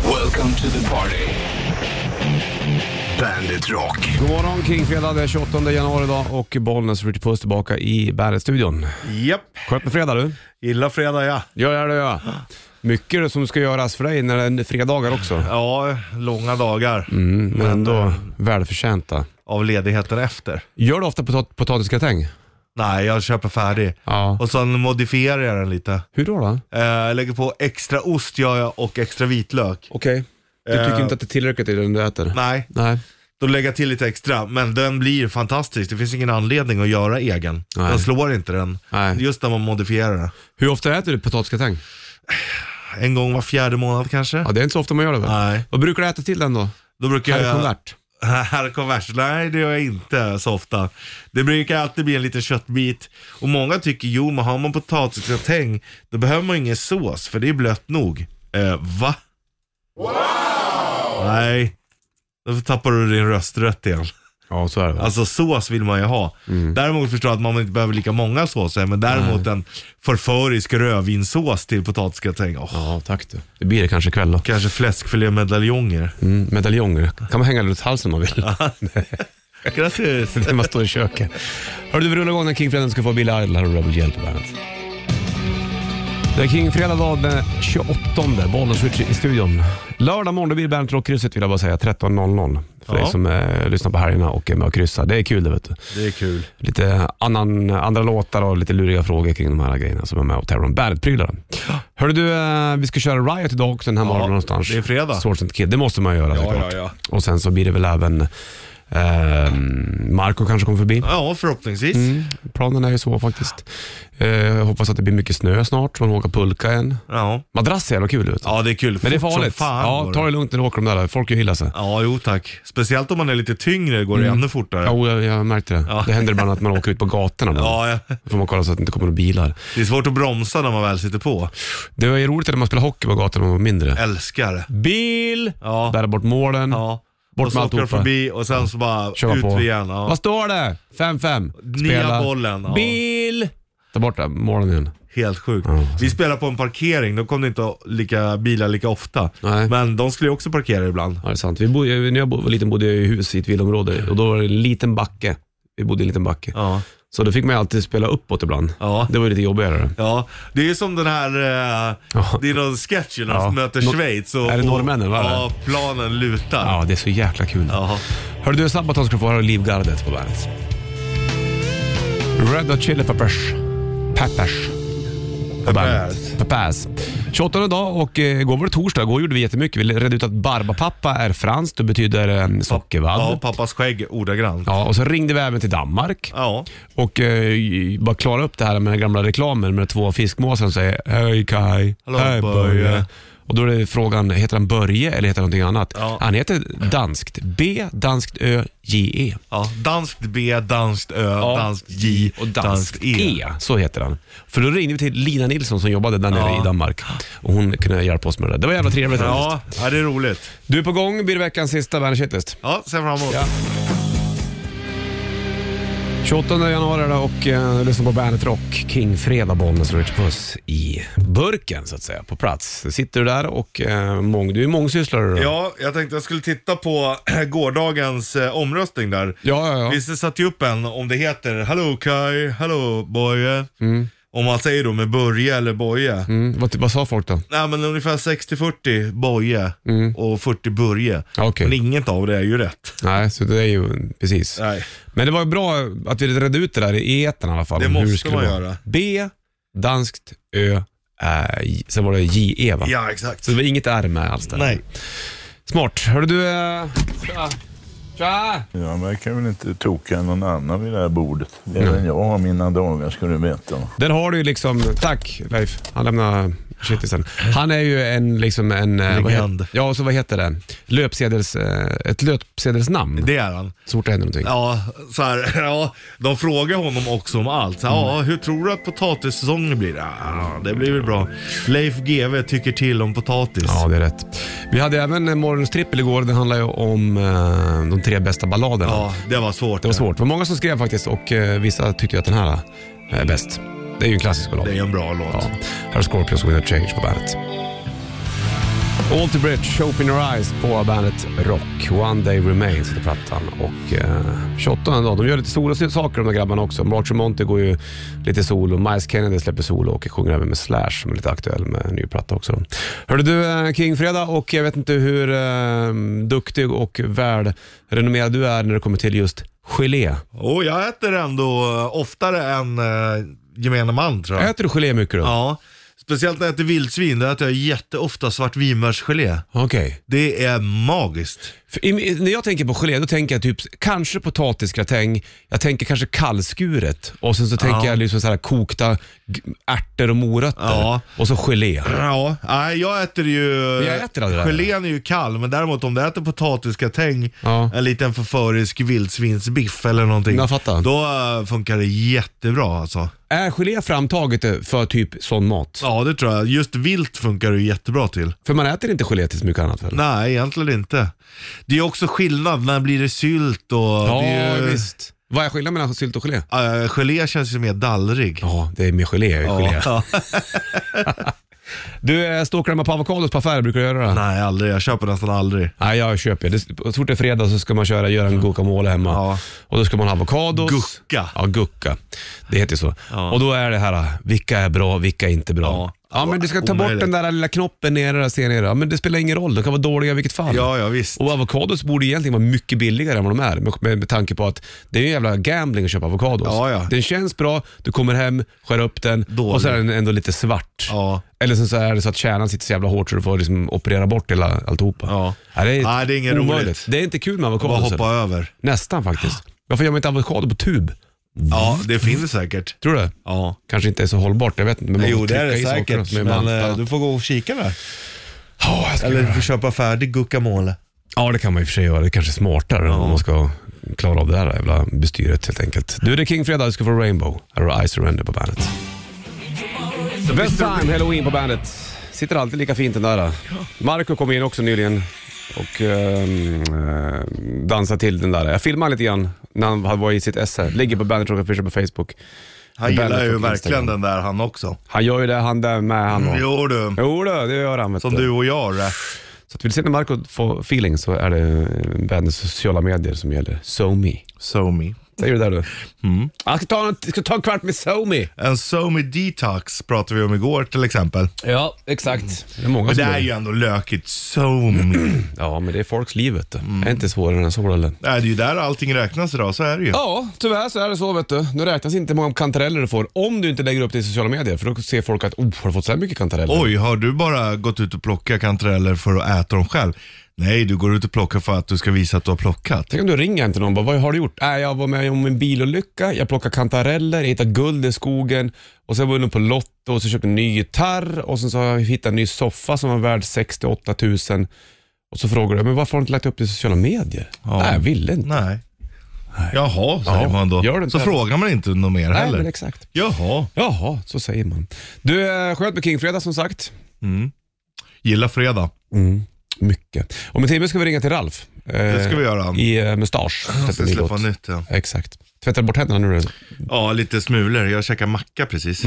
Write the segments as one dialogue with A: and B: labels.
A: Welcome to the party. Bandit Rock.
B: God morgon, Kingfredag. Det är 28 januari idag och Bollnäs Ritchie Puss tillbaka i Bandet-studion.
C: Japp,
B: Sköt med fredag du.
C: gilla fredag ja.
B: Ja, ja, ja. Mycket som ska göras för dig när det är fredagar också.
C: Ja, långa dagar
B: Mm, men ändå välförtjänta.
C: av ledigheten efter.
B: Gör du ofta potat- potatisgratäng?
C: Nej, jag köper färdig.
B: Ja.
C: Och sen modifierar jag den lite.
B: Hur då? då?
C: Eh, jag lägger på extra ost gör jag och extra vitlök.
B: Okej. Du tycker inte att det är tillräckligt i den du äter?
C: Eh. Nej,
B: Nej.
C: då lägger jag till lite extra. Men den blir fantastisk. Det finns ingen anledning att göra egen.
B: Nej.
C: Den slår inte den.
B: Nej.
C: Just när man modifierar den.
B: Hur ofta äter du potatisgratäng?
C: En gång var fjärde månad kanske.
B: Ja, det är inte så ofta man gör det väl?
C: Nej,
B: Vad brukar du äta till den då?
C: då brukar
B: Herr
C: jag...
B: konvert?
C: Här konvers. Nej, det gör jag inte så ofta. Det brukar alltid bli en liten köttbit. Och många tycker, jo men har man potatisgratäng, då behöver man ingen sås, för det är blött nog. Eh, va? Wow! Nej, då tappar du din rösträtt igen.
B: Ja, så är det. väl.
C: Alltså sås vill man ju ha. Däremot förstår jag att man inte behöver lika många såser, men däremot en förförisk rödvinssås till potatisgratäng. Åh,
B: Ja, tack du. Det blir det kanske ikväll då.
C: Kanske fläskfilémedaljonger.
B: Mm, medaljonger. kan man hänga runt halsen om man vill.
C: Grattis!
B: när man står i köket. Hörru du, vi rullar igång den Kingfredagen ska få Billy Idol här och Rebel Yell på bandet. Det är Kingfredag dag den 28, Bollnäs Ritchie i studion. Lördag morgon, det blir Bandet Rockkrysset vill jag bara säga, 13.00. För
C: Ja.
B: dig som eh, lyssnar på helgerna och är med och kryssar. Det är kul det vet du.
C: Det är kul.
B: Lite annan, andra låtar och lite luriga frågor kring de här grejerna som är med och tävlar om Bandet-prylar. Hörru du, eh, vi ska köra Riot idag också den här morgonen någonstans.
C: det är fredag.
B: Swords and Kid, det måste man göra såklart.
C: ja, ja.
B: Och sen så blir det väl även eh, Marco kanske kommer förbi.
C: Ja, förhoppningsvis.
B: Planen är ju så faktiskt. Eh, jag hoppas att det blir mycket snö snart, så man åker pulka igen.
C: Ja.
B: Madrass är jävla kul ut.
C: ja, det är kul.
B: Men det är
C: Fort som
B: farligt.
C: Fan
B: Ja,
C: går
B: ta det lugnt när du åker de där. Folk ju gillar sig.
C: ja, jo tack. Speciellt om man är lite tyngre går det
B: Mm.
C: ännu fortare.
B: Jo, jag, jag märkte det.
C: Ja.
B: Det händer ibland att man åker ut på gatorna. Ja.
C: Ja, ja.
B: Då får man kolla så att det inte kommer några bilar.
C: det är svårt att bromsa när man väl sitter på.
B: Det var ju roligt när man spelade hockey på gatorna när man var mindre.
C: Älskar det.
B: Bil!
C: Ja.
B: Bära bort målen.
C: Ja.
B: Bort
C: och så
B: med
C: åker de
B: alltihopa.
C: förbi och sen så bara
B: Köra
C: ut
B: på.
C: igen. Ja.
B: Vad står det? 5-5.
C: Nya bollen, ja.
B: Bil! Ta bort det, målen igen.
C: Helt sjukt. Vi spelade på en parkering, då kom det inte lika, bilar lika ofta.
B: Nej.
C: Men de skulle ju också parkera ibland.
B: Ja, det är sant. Vi bodde, när jag bo- var liten bodde jag i hus i ett villaområde och då var det en liten backe. Vi bodde i en liten backe.
C: Ja.
B: Så då fick man ju alltid spela uppåt ibland.
C: Ja.
B: Det var ju lite jobbigare.
C: Ja, det är ju som den här, eh,
B: Ja.
C: det är någon sketch ju när
B: Ja.
C: de möter
B: Nå-
C: Schweiz. Och,
B: Är det
C: och-
B: norrmännen, va?
C: Ja, planen lutar.
B: Ja, det är så jäkla kul.
C: Ja.
B: Hörru du, Sabaton ska få höra Livgardet på bandet. Red Hot Chili Peppers. Peppers. på bandet. Peppers. 28 dag och eh, igår var det torsdag. Igår gjorde vi jättemycket. Vi redde ut att barbapappa är franskt. Det betyder eh, sockervadd.
C: Ja,
B: Ja.
C: pappas skägg ordagrant. Ja.
B: och så ringde vi även till Danmark och eh, bara klara upp det här med den gamla reklamen med de två fiskmåsar som säger Hej Kaj,
C: Hallå,
B: hej Börje.
C: Börje.
B: Och då är det frågan, heter han Börje eller heter han någonting annat?
C: Ja.
B: Han heter danskt B, danskt Ö, E. J-E.
C: ja. Danskt B, danskt Ö, danskt J
B: och danskt e. Så heter han. För då ringde vi till Lina Nilsson som jobbade där nere
C: Ja.
B: i Danmark och hon kunde hjälpa oss med det där. Det var jävla trevligt.
C: Ja, ja, det är roligt.
B: Du är på gång, blir det veckans sista Bandit Shitlist.
C: Ja, ser fram emot.
B: Ja. 28 januari är det och eh, lyssnar på Bandet Rock, King Fredag, Bollnäs och Rich Puss i burken så att säga, på plats. Sitter du där och eh, mång, du är mångsysslare då?
C: Ja, jag tänkte jag skulle titta på gårdagens eh, omröstning där.
B: ja, ja. ja.
C: Vi satte ju upp en om det heter Hallå Kai, Hallå Boje. Om man säger då med Börje eller Boje.
B: Mm, vad, vad sa folk då?
C: Nej men ungefär 60-40 Boje och 40 Börje.
B: Mm. Ja, okej.
C: Men inget av det är ju rätt.
B: Nej, så det är ju precis.
C: Nej.
B: Men det var ju bra att vi redde ut det där i etern i alla fall.
C: Det
B: om hur
C: måste
B: skulle
C: man
B: vara.
C: göra.
B: B, danskt, Ö, Ä, J. sen var det JE va?
C: Ja, exakt.
B: Så det var inget R med alls där.
C: Nej.
B: Smart. Hörru du... eh, Tja! Tja!
D: Jag verkar väl inte toka än någon annan vid det här bordet. Även jag har mina dagar ska du veta.
B: Där har du ju liksom... Tack Leif. Han lämnar shitlisten. Han är ju en liksom en... eh, vad
C: Legend.
B: heter- Ja, och så vad heter det? Löpsedels... eh, Ett löpsedelsnamn.
C: Det är han.
B: Så fort det händer någonting.
C: Ja, så här, ja, de frågar honom också om allt. Så här,
B: Mm.
C: ja, hur tror du att potatissäsongen blir? Ja, det blir väl bra. Leif GW tycker till om potatis.
B: Ja, det är rätt. Vi hade även eh, morgonens trippel igår. Den handlade ju om eh, de tre bästa balladerna.
C: Ja, det var svårt.
B: Det var svårt. Det var många som skrev faktiskt och eh, vissa tyckte ju att den här eh, är bäst. Det är ju en klassisk ballad.
C: Det är en bra låt.
B: Ja. Här är Scorpions Winner Change på bandet. Alter Bridge, Open Your Eyes på bandet Rock. One Day Remains heter plattan. Och eh, 28 en dag. De gör lite solosaker de där grabbarna också. March Monte går ju lite solo. Miles Kennedy släpper solo och sjunger även med Slash som är lite aktuell med en ny platta också. Hörde du, eh, King Fredag och jag vet inte hur eh, duktig och välrenommerad du är när det kommer till just gelé.
C: Och jag äter ändå eh, oftare än eh, gemene man tror jag.
B: Äter du gelé mycket då?
C: Ja. Speciellt när jag äter vildsvin, då äter jag jätteofta svartvinbärsgelé.
B: Okej.
C: Det är magiskt.
B: För i- i- När jag tänker på gelé, då tänker jag typ kanske potatisgratäng, jag tänker kanske kallskuret och sen så tänker jag liksom så här kokta g- ärtor och morötter
C: Ja.
B: och så gelé.
C: Ja, nej jag äter ju...
B: jag äter aldrig det där.
C: Gelén är ju kall, men däremot om du äter potatisgratäng,
B: Ja.
C: en liten förförisk vildsvinsbiff eller någonting.
B: Jag fattar.
C: Då eh, funkar det jättebra alltså.
B: Är gelé framtaget för typ sån mat?
C: Ja, det tror jag. Just vilt funkar det ju jättebra till.
B: För man äter inte gelé till så mycket annat väl?
C: Nej, egentligen inte. Det är ju också skillnad, när blir det sylt och... det är ju,
B: visst. Vad är skillnaden mellan sylt och gelé?
C: Eh, gelé känns ju mer dallrig.
B: Ja, det är med gelé. jag är gelé.
C: Ja.
B: Du, eh, stalkar du med på avokados på affärer? Brukar du göra det? Nej,
C: Nej, aldrig. Jag köper nästan aldrig.
B: jag köper det. Så fort det är fredag så ska man köra, göra en guacamole hemma.
C: Mm. Ja.
B: Och då ska man ha avokados.
C: Gucka.
B: Ja, gucka. Det heter ju så. Och då är det här, vilka är bra, vilka är inte bra. Ja.
C: Ja.
B: men du ska ta bort
C: Omöjligt.
B: den där lilla knoppen nere där ser nere. Ja, men det spelar ingen roll, de kan vara dåliga i vilket fall.
C: Ja, ja visst.
B: Och avokados borde egentligen vara mycket billigare än vad de är med, med, med tanke på att det är en jävla gambling att köpa avokados.
C: Ja, ja.
B: Den känns bra, du kommer hem, skär upp den
C: Dålig.
B: och så är den ändå lite svart.
C: Ja.
B: Eller sen så är det så att kärnan sitter så jävla hårt så du får liksom operera bort hela alltihopa.
C: Ja.
B: det är,
C: Nej, det är inget
B: omöjligt.
C: roligt.
B: Det är inte kul med
C: Bara
B: avokados.
C: hoppa över.
B: Nästan faktiskt. Varför gör man inte avokado på tub?
C: Ja, det finns säkert.
B: Tror du?
C: Ja.
B: Kanske inte är så hållbart, jag vet inte. Men man
C: Jo,
B: får
C: det är
B: trycka
C: det
B: i saker
C: säkert.
B: som är
C: Men
B: mantarna.
C: eh, du får gå och kika där.
B: Ja, jag ska
C: Eller
B: göra
C: du
B: det.
C: får köpa färdig guacamole.
B: Ja, det kan man i och för sig göra. Det är kanske är smartare om man ska klara av det där jävla bestyret helt enkelt. Du, det är King Fredag. Du ska få Rainbow. Här har I Surrender på bandet. Best time halloween på bandet. Sitter alltid lika fint den där. Marco kom in också nyligen och ehm, eh, dansade till den där. Jag filmade lite grann när han var i sitt esse. Ligger på bandet Rock Fisher på Facebook.
C: Han
B: Bandet
C: gillar ju
B: och Instagram.
C: verkligen den där han också.
B: Han gör ju det han där med han och.
C: Mm, Jo du,
B: Jo då, det gör han. Vet
C: som du och jag det.
B: Så att vill du se när Marco får feeling så är det bandets sociala medier som gäller. SoMe.
C: Somi.
B: Säger du det där du? Mm. Jag ska ta en, jag ska ta en kvart med SoMe.
C: En Somi detox pratade vi om igår till exempel.
B: Ja, exakt. Mm. Det är många
C: Men
B: som
C: det är
B: gör
C: ju ändå lökigt. Somi.
B: Ja, men det är folks liv vet du.
C: Mm.
B: Det är inte svårare än så eller?
C: det är ju där allting räknas idag, så är det ju.
B: Ja, tyvärr så är det så vet du. Nu räknas inte hur många kantareller du får om du inte lägger upp det i sociala medier. För då ser folk att, oh, har du fått så här mycket kantareller?
C: Oj, har du bara gått ut och plockat kantareller för att äta dem själv? Nej, du går ut och plockar för att du ska visa att du har plockat.
B: Tänk om du ringer hem till någon och bara, vad har du gjort? Äh, jag var med om en bilolycka, jag plockade kantareller, jag hittade guld i skogen och sen var jag inne på Lotto och så köpte jag en ny gitarr och sen så har jag hittat en ny soffa som var värd 68 000 och så frågar du, men varför har du inte lagt upp det i sociala medier? Nej, jag ville inte.
C: Nej. Jaha, säger
B: Ja,
C: man då.
B: gör det inte
C: så
B: heller.
C: frågar man inte något mer
B: Nej,
C: heller.
B: men exakt.
C: Jaha,
B: Jaha, så säger man. Du, eh, skönt med Kingfredag som sagt.
C: Mm.
B: Mm,
C: gilla fredag.
B: Mycket. Om en timme ska vi ringa till Ralf. eh,
C: Det ska vi göra.
B: I eh, mustasch.
C: Jag
B: Släpper
C: ska
B: ny
C: släppa
B: låt.
C: nytt ja.
B: Exakt. Tvättar du bort händerna nu? då?
C: ja, lite smulor. Jag käkar macka precis.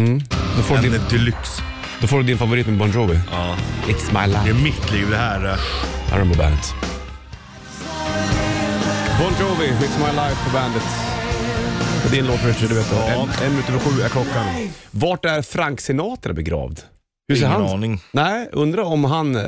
B: Då får, du Mm. din,
C: En deluxe.
B: då får du din favorit med Bon Jovi.
C: Ja,
B: It's my life.
C: det är mitt liv det här. eh.
B: Här har de på bandet. Bon Jovi, It's My Life på bandet. Och din låt Richard, du vet det. En, en minut över sju är klockan. Vart är Frank Sinatra begravd? Hur ser
C: Ingen
B: han?
C: aning.
B: Nej, undrar om han eh,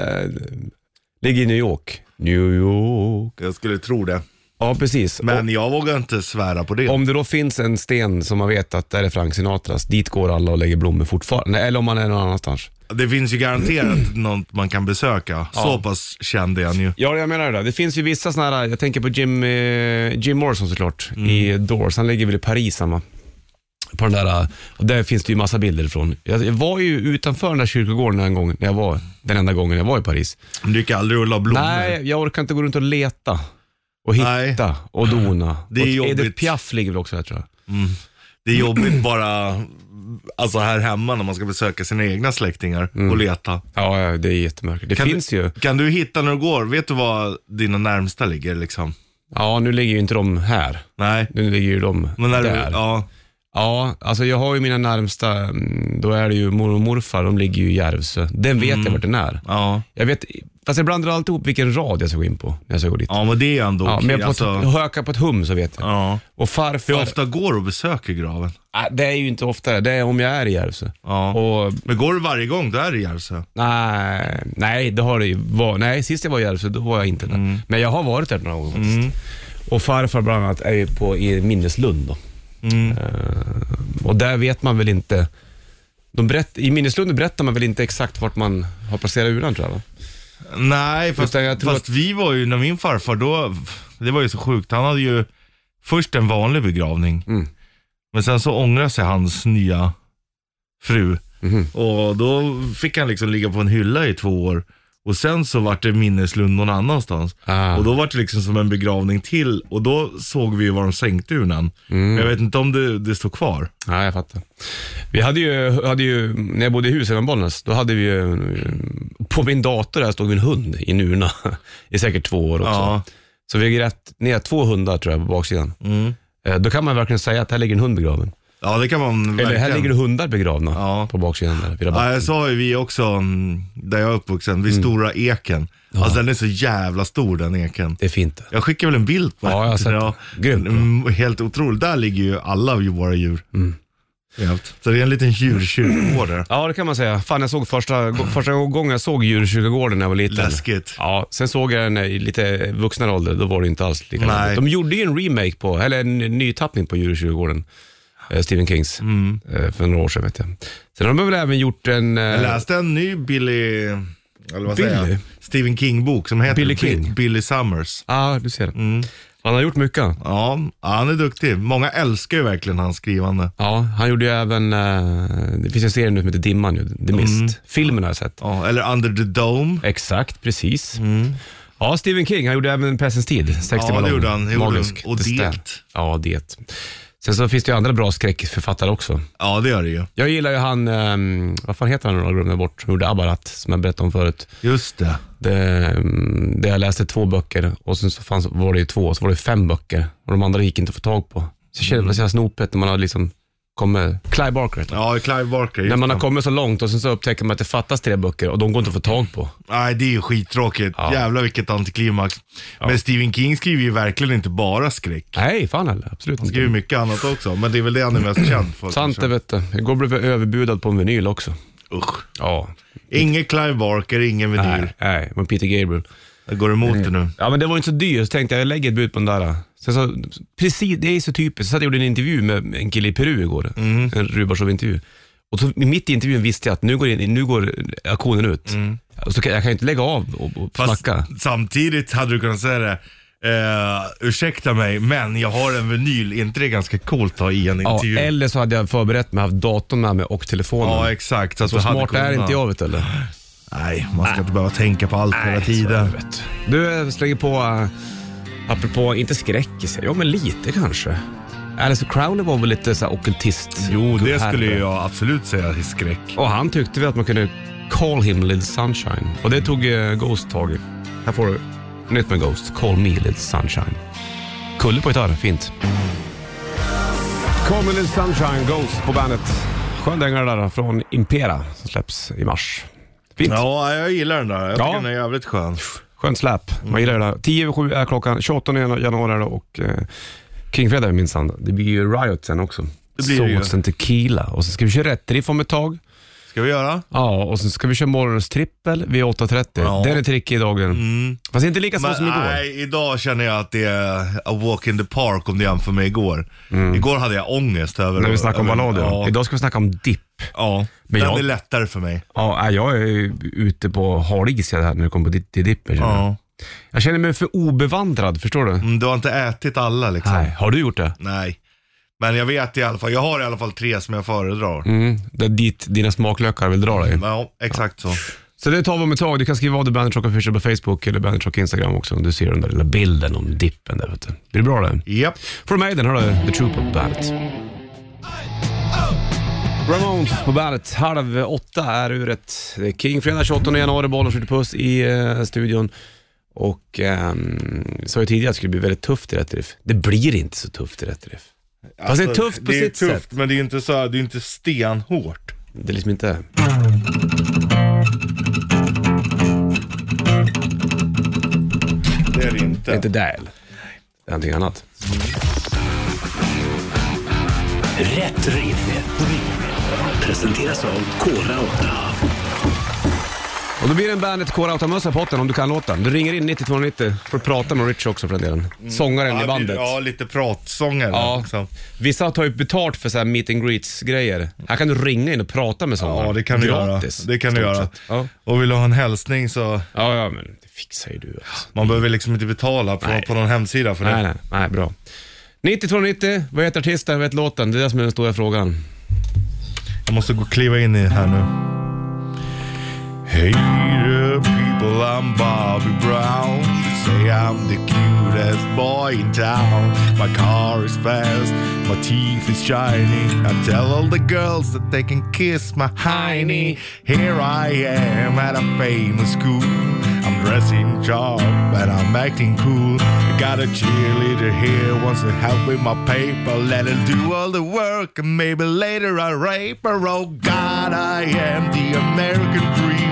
B: ligger i New York. New York.
C: Jag skulle tro det.
B: Ja, precis.
C: Men jag vågar inte svära på det.
B: Och, om det då finns en sten som man vet att där är Frank Sinatras, dit går alla och lägger blommor fortfarande. Eller om han är någon annanstans.
C: Det finns ju garanterat något man kan besöka. Så pass känd är han ju.
B: Ja, jag menar det. där. Det finns ju vissa sådana här, jag tänker på Jim, eh, Jim Morrison såklart, i
C: Mm.
B: Doors. Han ligger väl i Paris, han va? På den där, eh, och där finns det ju massa bilder ifrån. Jag jag var ju utanför den där kyrkogården en gång, när jag var, den enda gången jag var i Paris.
C: Men Du gick aldrig och la blommor.
B: Nej, jag orkar inte gå runt och leta och hitta
C: Nej.
B: och dona.
C: Det är
B: och
C: jobbigt.
B: Edith Piaf ligger väl också här tror jag.
C: Det är jobbigt bara alltså här hemma när man ska besöka sina egna släktingar
B: Mm.
C: och leta.
B: Ja, ja, det är jättemörkt. Det
C: Kan
B: finns
C: du,
B: ju.
C: Kan du hitta när du går? Vet du var dina närmsta ligger liksom?
B: Ja, nu ligger ju inte de här.
C: Nej.
B: Nu ligger ju de
C: Men när
B: där.
C: du, ja.
B: Ja, alltså jag har ju mina närmsta, mm, då är det ju mormor och morfar, de ligger ju i Järvsö. Den vet
C: Mm.
B: jag vart den är.
C: Ja,
B: Jag vet, fast jag blandar alltid ihop vilken rad jag ska gå in på när jag ska gå dit. Ja,
C: ja men det är ändå okej.
B: men jag på
C: alltså,
B: ett, hör jag på ett hum så vet jag.
C: ja.
B: Och
C: Hur
B: farfar,
C: ofta går du och besöker graven?
B: Ah, det är ju inte ofta det är om jag är i Järvsö.
C: Ja.
B: Och
C: Men går du varje gång du är i Järvsö?
B: nej, nej, det har det ju var, nej, sist jag var i Järvsö då var jag inte där. Men jag har varit där några gånger faktiskt. Och farfar bland annat är ju på, i Minneslund då. Eh, och där vet man väl inte, de berätt, i Minneslund berättar man väl inte exakt vart man har placerat urnan tror jag va?
C: Nej, fast,
B: Utan jag tror
C: fast vi var ju, när min farfar då, det var ju så sjukt. Han hade ju först en vanlig begravning.
B: Mm.
C: Men sen så ångrade sig hans nya fru.
B: Mhm.
C: Och då fick han liksom ligga på en hylla i två år. Och sen så vart det minneslund någon annanstans.
B: Ah.
C: Och då vart det liksom som en begravning till. Och då såg vi ju var de sänkte urnan. Men jag vet inte om det, det står kvar.
B: Ja, jag fattar. Vi hade ju, hade ju när jag bodde i Husen Bollnäs, då hade vi ju, eh, på min dator där stod en hund i en urna i säkert två år också.
C: Ja.
B: Så vi grävt ner två hundar tror jag på baksidan.
C: Mm.
B: Eh, Då kan man verkligen säga att här ligger en hund begraven.
C: Ja, det kan man verkligen.
B: Eller här ligger det hundar begravna
C: Ja.
B: på baksidan där vid rabatten.
C: Ja, jag sa ju vi också, mm, där jag är uppvuxen, vid Stora Eken. Alltså den är så jävla stor den eken.
B: Det är fint det.
C: Jag skickar väl en bild på
B: Ja, jag har sett det. Grymt bra.
C: Mm, Helt otroligt. Där ligger ju alla ju våra djur.
B: Mm.
C: Jävligt. Så det är en liten djurkyrkogård där.
B: Ja, det kan man säga. Fan, jag såg första, gå- första gången jag såg djurkyrkogården när jag var liten.
C: Läskigt.
B: Ja, sen såg jag den i lite vuxnare ålder, då var det inte alls lika
C: Nej.
B: roligt. De gjorde ju en remake på, eller en nytappning på djurkyrkogården, eh, Stephen Kings, eh, för några år sedan vet jag. Sen har de väl även gjort en... eh,
C: Mm. Jag läste en ny Billy, eller vad
B: Billy?
C: säger jag? Stephen King-bok som heter
B: Billy King.
C: Bi- Billy Summers.
B: Ja, du ser.
C: Mm.
B: Han har gjort mycket.
C: Ja, han är duktig. Många älskar ju verkligen hans skrivande.
B: Ja, han gjorde ju även, eh, det finns en serie nu som heter Dimman ju, The
C: Mm.
B: Mist. Filmen har jag sett.
C: Ja, eller Under the Dome.
B: Exakt, precis. Ja, Stephen King, han gjorde även Pessens tid, 60
C: Mm. Ja, det
B: ballong.
C: gjorde han. Gjorde
B: Magisk.
C: han. Och
B: The
C: Det.
B: Stand. Ja, det. Sen så finns det ju andra bra skräckförfattare också.
C: Ja, det gör det ju.
B: Jag gillar ju han, ehm, vad fan heter han nu då? Jag glömde bort. Han gjorde Abarat, som jag berättade om förut.
C: Just det.
B: Det, ehm, det jag läste två böcker och sen så fanns, var det ju två, så var det fem böcker. Och de andra gick inte att få tag på. Så kändes det så jävla snopet när man har liksom kommit, Clive Barker heter han.
C: Ja, Clive Barker.
B: När
C: just
B: man har
C: det.
B: kommit så långt och sen så upptäcker man att det fattas tre böcker och de går inte att få tag på.
C: Nej, det är ju skittråkigt. Jävlar vilket antiklimax. Men Stephen King skriver ju verkligen inte bara skräck.
B: Nej, fan heller. Absolut
C: Han skriver
B: inte.
C: mycket annat också, men det är väl det han är mest känd för.
B: Sant det
C: kanske.
B: vet du. Igår blev jag överbudad på en vinyl också.
C: Usch.
B: Ja.
C: Ingen Clive Barker, ingen vinyl.
B: Nej, nej, men Peter Gabriel.
C: Jag går emot det nu.
B: Ja men det var ju inte så dyrt, så tänkte jag jag lägger ett bud på den där. Sen så, precis, det är ju så typiskt. Så jag gjorde en intervju med en kille i Peru igår,
C: Mm.
B: en Rubashov-intervju. Och så, mitt i intervjun visste jag att nu går, in, nu går auktionen ut. Och så kan, jag kan ju inte lägga av och, och
C: Mm. Fast
B: snacka.
C: samtidigt hade du kunnat säga det. Eh, ursäkta mig, men jag har en vinyl. Är inte det ganska coolt att ha i en
B: Ja,
C: intervju?
B: eller så hade jag förberett mig, haft datorn med mig och telefonen.
C: ja exakt. Så, att
B: så
C: du hade
B: smart är
C: kunnat-
B: inte jag vet du, eller?
C: Nej, man ska inte behöva tänka på allt hela tiden.
B: Du jag slänger på, äh, apropå, inte skräckis, ja men lite kanske. Alice Crowley var väl lite såhär ockultist?
C: Jo, det skulle
B: Herre.
C: ju jag absolut säga är skräck.
B: Och han tyckte väl att man kunde call him little sunshine. Och det tog eh, Ghost tag i. Här får du nytt med Ghost. Call me little sunshine. Kulle på gitarr, fint. Call me little sunshine, Ghost på bandet. Skön dänga det där från Impera som släpps i mars. Fint.
C: Ja, jag gillar den där. Jag tycker
B: Ja.
C: den är jävligt skön.
B: Skönt släp. Man gillar det där. 10 över 7 är klockan. 28 januari är det och eh, Kingfredag är minsann. Det blir ju Riot sen också.
C: Det blir det ju.
B: Såsen tequila och sen ska vi köra rätt riff om ett tag.
C: Ska vi göra?
B: Ja, och sen ska vi köra morgonens trippel vid 8.30.
C: Ja. Mm.
B: Den är trickig idag den. Fast inte lika svår som igår.
C: nej, idag känner jag att det är a walk in the park om du jämför med igår. Igår hade jag ångest över...
B: Mm. När vi snackar om
C: över-
B: ballader.
C: Ja,
B: Idag ska vi snacka om dipp.
C: ja.
B: Men
C: Men den
B: jag-
C: är lättare för mig.
B: Ja, nej, jag är ju ute på hal is jag här när det kommer på di- till dippen. känner jag.
C: Ja.
B: Jag känner mig för obevandrad, förstår du?
C: Mm, Du har inte ätit alla liksom?
B: Nej, har du gjort det?
C: Nej. Men jag vet i alla fall, jag har i alla fall tre som jag föredrar.
B: Mm, det är dit dina smaklökar vill dra dig.
C: Ja, exakt så.
B: Så det tar vi om ett tag. Du kan skriva av dig Bandit Rock Official på Facebook eller Bandit Rock Instagram också om du ser den där lilla bilden om dippen där vet du. Blir det bra det?
C: Japp.
B: Från Maiden har du The Troop på Bandet. Ramones på Bandet. Halv åtta är uret. Det är King fredag 28 januari, bollen skjuter puss i eh, studion. Och ehm, vi sa ju tidigare att det skulle bli väldigt tufft i rätt riff. Det blir inte så tufft i rätt riff. Fast det är tufft på
C: Alltså, det är
B: sitt
C: tufft,
B: sätt.
C: men det är ju inte, så, här- det är ju inte stenhårt.
B: Det är liksom inte...
C: Det är
B: Det
C: det inte.
B: är inte Dale. Det är någonting annat.
A: Rätt riff. Presenteras av Kora 8.
B: Och då blir det en Bandet K-Rauta-mössa på potten om du kan låten. Du ringer in 90290 för att prata med Rich också för den delen. Sångaren
C: Ja,
B: i
C: det-
B: bandet.
C: Ja, lite pratsångare.
B: Ja.
C: Liksom.
B: Vissa tar ju betalt för så här meet and greets grejer. Här kan du ringa in och prata med sådana.
C: ja, det kan du göra.
B: Gratis.
C: Det kan du
B: stort
C: göra.
B: sett. Ja.
C: Och vill du ha en hälsning så,
B: ja, ja, men det fixar ju du. Alltså.
C: man behöver liksom inte betala på,
B: Nej.
C: på någon hemsida för
B: Nej,
C: det.
B: nej, nej, bra. 9290, vad heter artisten, vad heter låten? Det är det som är den stora frågan.
C: Jag måste gå och kliva in i här nu. Hey there people, I'm Bobby Brown. They say I'm the cutest boy in town. My car is fast, my teeth is shining. I tell all the girls that they can kiss my hiney. Here I am at a famous school. I'm dressing sharp and I'm acting cool. I got a cheerleader here, wants to help with my paper. Let her do all the work and maybe later I rape her. Oh God, I am the American dream.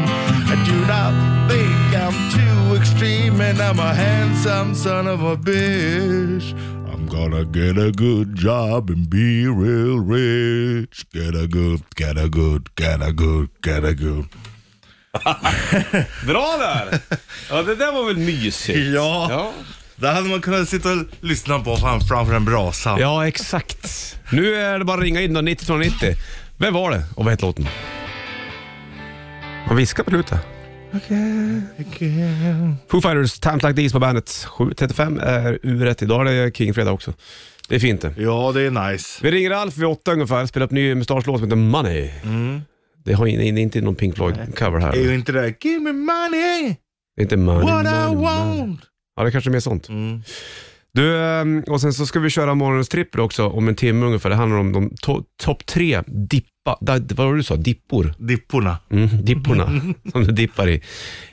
C: I do not think I'm too extreme, and I'm a handsome son of a bitch. I'm gonna get a good job and be real rich. Get a good, get a good, get a good, get a good.
B: Bra där! Ja, det där var väl mysigt.
C: Ja.
B: Ja,
C: Där hade man kunnat sitta och lyssna på fram, framför en brasa.
B: ja exakt. Nu är det bara att ringa in då, 9290. Vem var det och vad hette låten? Han viskar på slutet. Foo Fighters, Times Like These på bandet. 7.35 är uret. Idag är det King-fredag också. Det är fint det.
C: Ja, det är nice.
B: Vi ringer Alf vid åtta ungefär, spelar upp ny Mustasch-låt som heter Money. Det har in, in, inte någon Pink Floyd-cover här.
C: Det Mm. är
B: Det
C: ju inte det där, give me money,
B: är inte Money,
C: what I
B: money, money.
C: want. Mm.
B: Ja, det kanske är mer sånt. Du, ehm, och sen så ska vi köra morgonens trippel också om en timme ungefär. Det handlar om de to- topp tre dippa, da, vad var det du sa? Dippor?
C: Dipporna.
B: Mm, dipporna som du dippar i,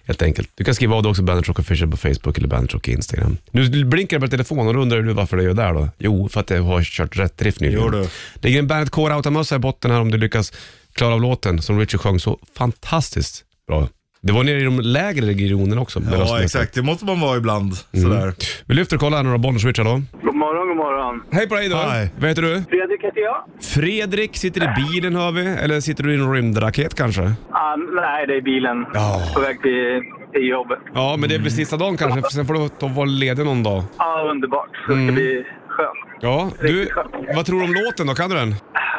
B: helt enkelt. Du kan skriva av det också, Bandit Rock Official på Facebook eller Bandit Rock Instagram. Nu blinkar det på telefonen och då undrar du varför det gör där då? Jo, för att jag har kört rätt riff nyligen.
C: Gör du.
B: Det ligger en Bandit Core Automössa i botten här om du lyckas klara av låten som Richard sjöng så fantastiskt bra. Det var nere i de lägre regionerna också. med
C: Ja,
B: röstmässigt.
C: exakt. Det måste man vara ibland. Sådär.
B: Vi lyfter och kollar här några Bonnier-switchar då.
E: God morgon, god morgon.
B: Hej på dig då!
C: Hej.
B: Vad heter du?
E: Fredrik heter jag.
B: Fredrik, sitter i bilen hör vi, eller sitter du i en rymdraket kanske?
E: Ah, nej, det är bilen.
B: Ja.
E: På väg till, till jobbet.
B: Ja, men det är
E: Mm.
B: väl sista dagen kanske, för sen får du ta- vara ledig någon dag.
E: Ja, underbart. Så
B: Mm.
E: det ska bli skönt.
B: Ja, du,
E: Riktigt skönt.
B: vad tror du om låten då? Kan du den?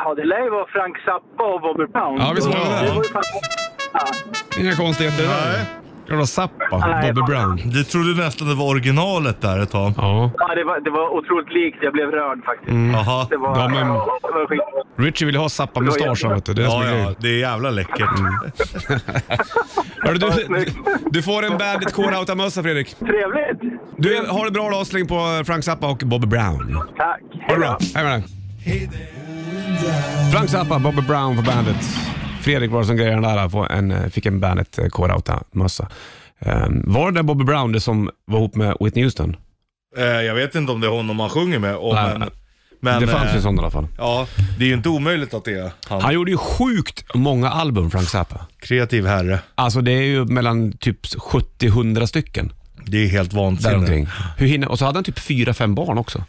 E: Ja, det lär ju vara Frank Zappa och Bobby Brown.
B: Ja, visst var det det.
E: det. var ju fan- Ja,
B: Inga konstigheter där.
C: Nej.
B: Jävla Zappa,
E: Nej,
B: Bobby
E: fan.
B: Brown.
C: Du trodde nästan det var originalet där ett tag.
B: Ja.
E: ja, det, var, det var otroligt likt. Jag blev rörd faktiskt.
B: Mm.
C: Jaha.
E: Det var,
B: Ja, men-
E: det var skit.
B: Richie vill ha Zappa-mustaschen vet du. Det är Mm. det som
C: Ja,
B: är
C: ja,
B: grejen.
C: det är jävla läckert.
B: Hörru, du,
E: snyggt.
B: du får en Bandit Core-autamössa Fredrik.
E: Trevligt!
B: Du, har det bra då. Släng på Frank Zappa och Bobby Brown.
E: Tack!
B: Ha det bra. Hej med dig. Frank Zappa, Bobby Brown på bandet. Fredrik var det som grejade den där. På en, eh, fick en bandet eh, K-Rauta-mössa. Ehm, var det där Bobby Brown det som var ihop med Whitney Houston?
C: Eh, Jag vet inte om det är honom man sjunger med. Och
B: Nej, nej.
C: men, men,
B: det fanns
C: eh,
B: ju sådana i alla fall.
C: Ja, det är ju inte omöjligt att det är han.
B: Han gjorde ju sjukt många album, Frank Zappa.
C: Kreativ herre.
B: Alltså det är ju mellan typ 70-100 stycken.
C: Det är helt vansinnigt.
B: Däromkring. Hur hinner, och så hade han typ fyra, fem barn också.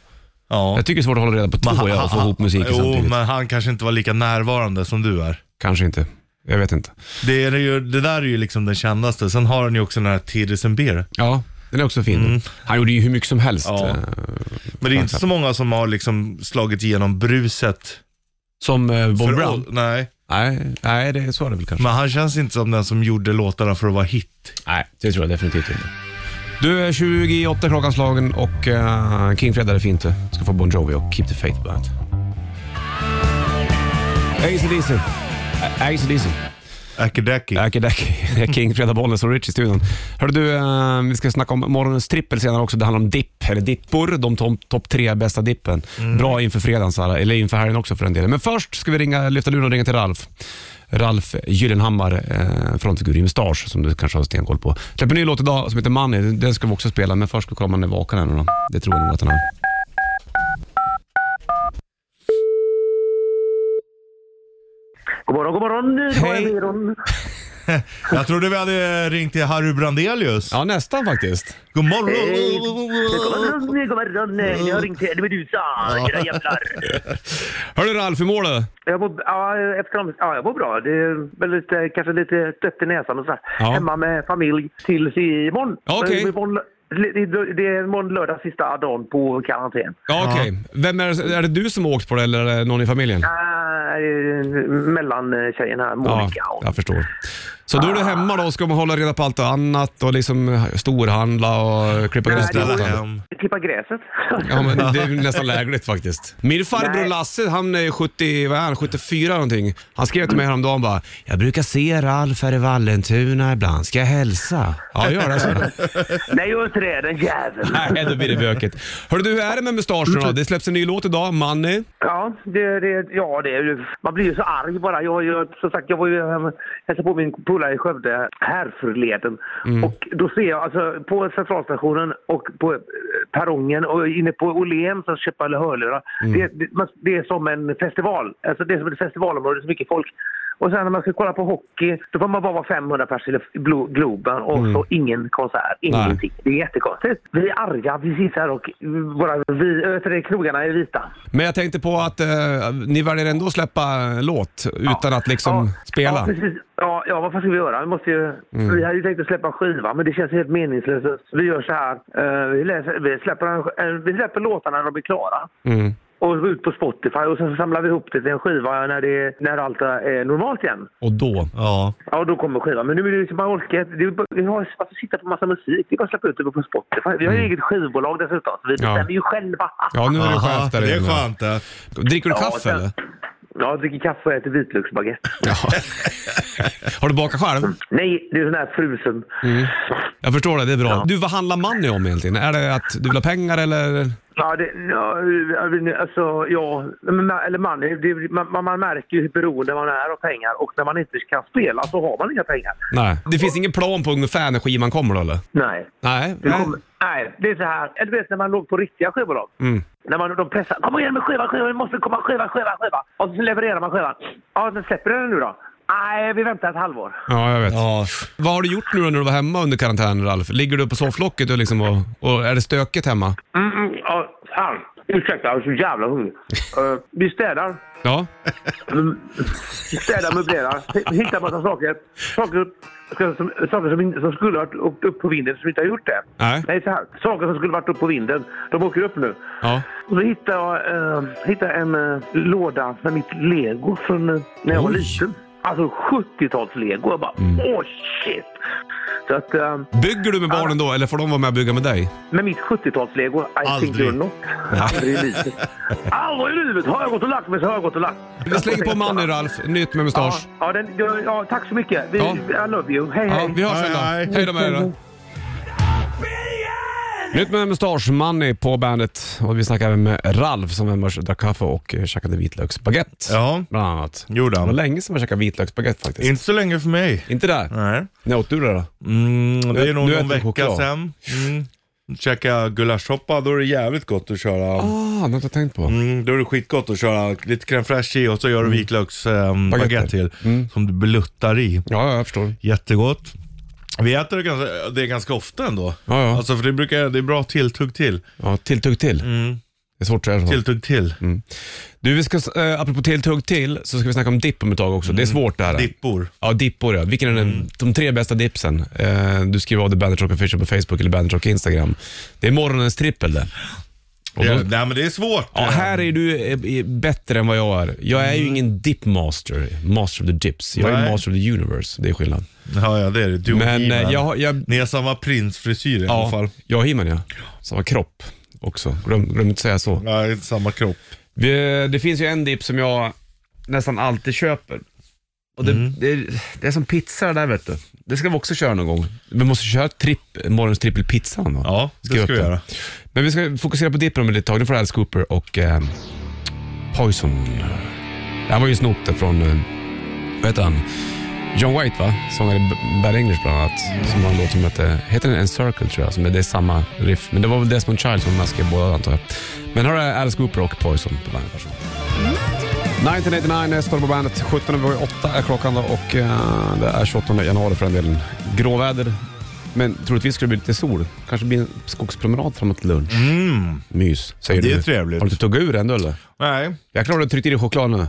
C: Ja.
B: Jag tycker det är svårt att hålla reda på två ja, och få ihop musik
C: jo,
B: samtidigt.
C: men han kanske inte var lika närvarande som du är.
B: Kanske inte. Jag vet inte.
C: Det, är ju, det där är ju liksom den kändaste. Sen har han ju också den här Tiddes and Beer.
B: Ja, den är också fin. Han gjorde ju hur mycket som helst.
C: Mm. Ja.
B: eh,
C: Men det är inte så många som har liksom slagit igenom bruset.
B: Som eh, Bobby
C: För-
B: Brown?
C: Nej,
B: Nej, nej det är så är det väl kanske.
C: men han känns inte som den som gjorde låtarna för att vara hit.
B: Nej, det tror jag definitivt inte. Du, eh, är 28 klockan slagen och uh, King Fred är fint det. Ska få Bon Jovi och Keep the Faith på bandet. AC/DC. Ä- AC/DC.
C: Akidaki.
B: Akidack. King Fredag Bollnäs och Rich i studion. Hörru du, eh, vi ska snacka om morgonens trippel senare också. Det handlar om dipp, eller dippor. De tom- topp tre bästa dippen. Bra inför fredagen, så här, eller inför helgen också för en del. Men först ska vi ringa, lyfta luren och ringa till Ralf. Ralf Gyllenhammar, eh, frontfigur i Mustasch, som du kanske har stenkoll på. Släpper en ny låt idag som heter Money. Den ska vi också spela, men först ska vi kolla om han är vaken ännu då. Det tror jag nog att han är.
E: God morgon, god morgon. Det var
B: Hej.
E: Eron.
C: Jag trodde vi hade ringt till Harry Brandelius.
B: Ja, nästan faktiskt.
C: God
E: Hej. God
C: morgon!
E: morgon, god morgon. eh, Jag har ringt till Medusa. Era jävlar.
B: Hörru Ralf, hur mår du?
E: Jag mår, ja, efter om, ja, jag mår bra. Det är väl lite, kanske lite stött i näsan och sådär.
B: Ja.
E: Hemma med familj tills imorgon.
B: Ja, okej.
E: Så imorgon- Det är imorgon lördag sista dagen på karantän.
B: Ja, okej. Vem är, är det du som har åkt på det eller är det någon i familjen?
E: Äh, mellan tjejen här,
B: Ja,
E: Monica. och-
B: jag förstår. Så då är du hemma då och ska man hålla reda på allt annat och liksom storhandla och klippa
E: Nej, det
B: gräsmattan?
C: Ställa hem.
E: Klippa gräset.
B: Ja, men det är ju nästan lägligt faktiskt. Min farbror
E: Nej.
B: Lasse, han är 70, vad är han, 74 någonting. Han skrev till mig häromdagen bara, jag brukar se Ralf här i Vallentuna ibland, ska jag hälsa? Ja, gör det. så.
E: Nej, gör inte det, den jäveln.
B: Nej, då blir det bökigt. Hörru du, hur är det med mustascherna
E: Mm.
B: då? Det släpps en ny låt idag, Money.
E: Ja, det, det, ja det, är ju- man blir ju så arg bara. Jag, jag, som sagt, jag var ju hem- hälsade på min polare i Skövde härförleden. Och då ser jag alltså, på centralstationen och på eh, perrongen och inne på Åhléns och köpa hörlurar. Det, det, man- det är som en festival. Alltså, det är som ett festivalområde, det är så mycket folk. Och sen när man ska kolla på hockey, då får man bara vara 500 pers i Glo- Globen och så ingen konsert, ingenting. Det är jättekonstigt. Vi är arga, vi sitter här och våra, vi, ö, tre krogarna är vita.
B: Men jag tänkte på att eh, ni väljer ändå att släppa en låt utan att liksom
E: Ja,
B: spela.
E: precis. Ja, ja, vad fan ska vi göra? Vi, måste ju, vi hade ju tänkt att släppa en skiva, men det känns helt meningslöst. Så vi gör så här. eh, vi, läser, vi, släpper en, eh, vi släpper låtarna när de blir klara.
B: Mm.
E: Och går ut på Spotify och sen så samlar vi ihop det till en skiva när, det, när allt är normalt igen.
B: Och då,
C: Ja.
E: Ja, då kommer skivan. Men nu är det ju så bara orkat. Det är bara- Vi har varför sitta på massa musik? Det är bara att släppa ut det på Spotify. Vi har eget skivbolag dessutom, så vi
B: Ja.
E: bestämmer ju själva.
B: ja nu är du
C: Aha,
B: chef där
C: det är
B: inne.
C: skönt det.
B: Dricker du
E: Ja,
B: kaffe
E: sen-
B: eller?
E: Ja, jag dricker kaffe och äter vitlöksbaguette.
B: Ja. Har du bakat själv?
E: Nej, det är sån här frusen.
B: Jag förstår det, det är bra. Du, vad handlar money om egentligen? Är det att du vill ha pengar eller?
E: Ja, det, ja, jag vet inte, alltså, ja, men- eller man, det, man, man märker ju hur beroende man är av pengar och när man inte kan spela så har man inga pengar.
B: Nej. Det finns ingen plan på ungefär när skivan kommer då eller?
E: Nej.
B: Nej.
E: Det,
B: nej.
E: kommer, nej, det är så här, eller du vet när man låg på riktiga skivbolag.
B: Mm.
E: När man, de pressar, kom igen med skiva, skiva, vi måste komma, skiva, skiva, skiva. Och så levererar man skivan. Ja, men släpper du den nu då? Nej, vi väntar ett halvår.
B: Ja, jag vet.
C: Ja.
B: Vad har du gjort nu då när du var hemma under karantänen Ralf? Ligger du på sofflocket och, liksom och, och är det stökigt hemma?
E: Mm, mm, ja, fan. Ursäkta, jag är så jävla hungrig. Eh, vi städar.
B: Ja.
E: Mm, Städa, möblera, hitta massa saker. Saker, som, saker som, in- som skulle varit upp, upp på vinden som inte har gjort det.
B: Nej.
E: Nej, så här. Saker som skulle varit upp på vinden, de åker upp nu.
B: Ja.
E: Och så hittade jag eh, hittade en eh, låda med mitt lego från eh, när jag var
B: Oj. Mm.
E: liten. Alltså 70-tals-lego. Jag bara, åh shit! Så att, eh,
B: Bygger du med barnen då eller får de vara med och bygga med dig?
E: med mitt 70-tals-lego, I think
C: Aldrig.
E: you're not. Aldrig i livet. Aldrig i livet! Har jag gått och lagt mig så har jag gått och lagt
B: Vi slänger på money Ralf, nytt med
E: Ja,
B: mustasch.
E: ja, den, ja, ja, tack så mycket. Vi,
B: Ja.
E: I love you. Hej,
B: Ja,
E: hej.
B: vi hörs sen då.
C: Hej, hej.
B: Hej då med er då. Nytt med mustasch, Money på bandet. Och vi snackade även med Ralf som hemma drack kaffe och eh, käkade vitlöksbaguette.
C: Ja.
B: Bland annat.
C: Gjorde
B: Det var
C: han.
B: länge sedan man käkade vitlöksbaguette faktiskt.
C: Inte så länge för mig.
B: Inte där?
C: Nej.
B: När åt du det Ah, då?
C: Mm, det
B: Du-
C: är nog
B: du
C: någon
B: äter
C: vecka
B: choklad.
C: sen. Mm. Käka gulaschsoppa, då är det jävligt gott att köra.
B: Ah, det har jag inte tänkt på.
C: Mm, då är det skitgott att köra lite crème fraîche i och så gör
B: Mm.
C: du vitlöksbaguette till. Som du bluttar i.
B: Ja, ja, jag förstår.
C: Jättegott. Vi äter det ganska, det är ganska ofta ändå.
B: Ja, ja.
C: Alltså för det, brukar, det är bra tilltugg till.
B: Ja, tilltugg till. Det är svårt att säga så.
C: Tilltugg Mm. till.
B: Mm. Du, vi ska, äh, apropå tilltugg till, så ska vi snacka om dipp om ett tag också. Det
C: Mm.
B: är svårt det här.
C: Dippor.
B: Ja, dippor ja. Vilken är den,
C: Mm.
B: de tre bästa dipsen? Eh, du skriver av det Bandit Rock Official på Facebook eller Bandit Rock Instagram. Det är morgonens trippel det. Och då,
C: Ja,
B: ja,
C: nej men det är svårt.
B: här är ju du eh, eh, bättre än vad jag är. Jag är ju ingen dipmaster, master of the dips. Jag är
C: Mm. Nej.
B: master of the universe, det är skillnad.
C: Ja, ja det är det. Du och
B: Men eh,
C: He-Man.
B: jag, har- jag,
C: Ni har samma prinsfrisyr i alla
B: ja,
C: fall.
B: jag och He-Man ja. Samma kropp också. Glöm, glöm inte säga så.
C: Ja, samma kropp.
B: Vi, det finns ju en dipp som jag nästan alltid köper. Och det,
C: Mm.
B: det, är, det är som pizza det där vet du. Det ska vi också köra någon gång. Vi måste köra tripp, morgons trippelpizzan då.
C: Ja, det
B: Skriv
C: ska
B: upp
C: vi göra.
B: Men vi ska fokusera på dippen om ett litet tag. Nu får du Alice Cooper och eh, Poison. Det här var ju snott från, eh, vad heter han? John White va? Sångare i B- Bad English bland annat. Som har en låt som heter, heter den Encircle tror jag? Som är, det är samma riff. Men det var väl
C: Mm.
B: Desmond Child som maskade båda antar jag. Men här är Alice Cooper och Poison på bandet. Varsågod. 1989 står det på bandet. 17 över 8 är klockan då och eh, det är 28 januari för den delen. Gråväder, men troligtvis ska det bli lite sol. Kanske blir en skogspromenad framåt lunch. Mys, säger
C: Det
B: du.
C: är trevligt.
B: Mm. Har du inte tuggat ur ändå eller?
C: Nej.
B: Jag klarar att trycka i dig choklad nu.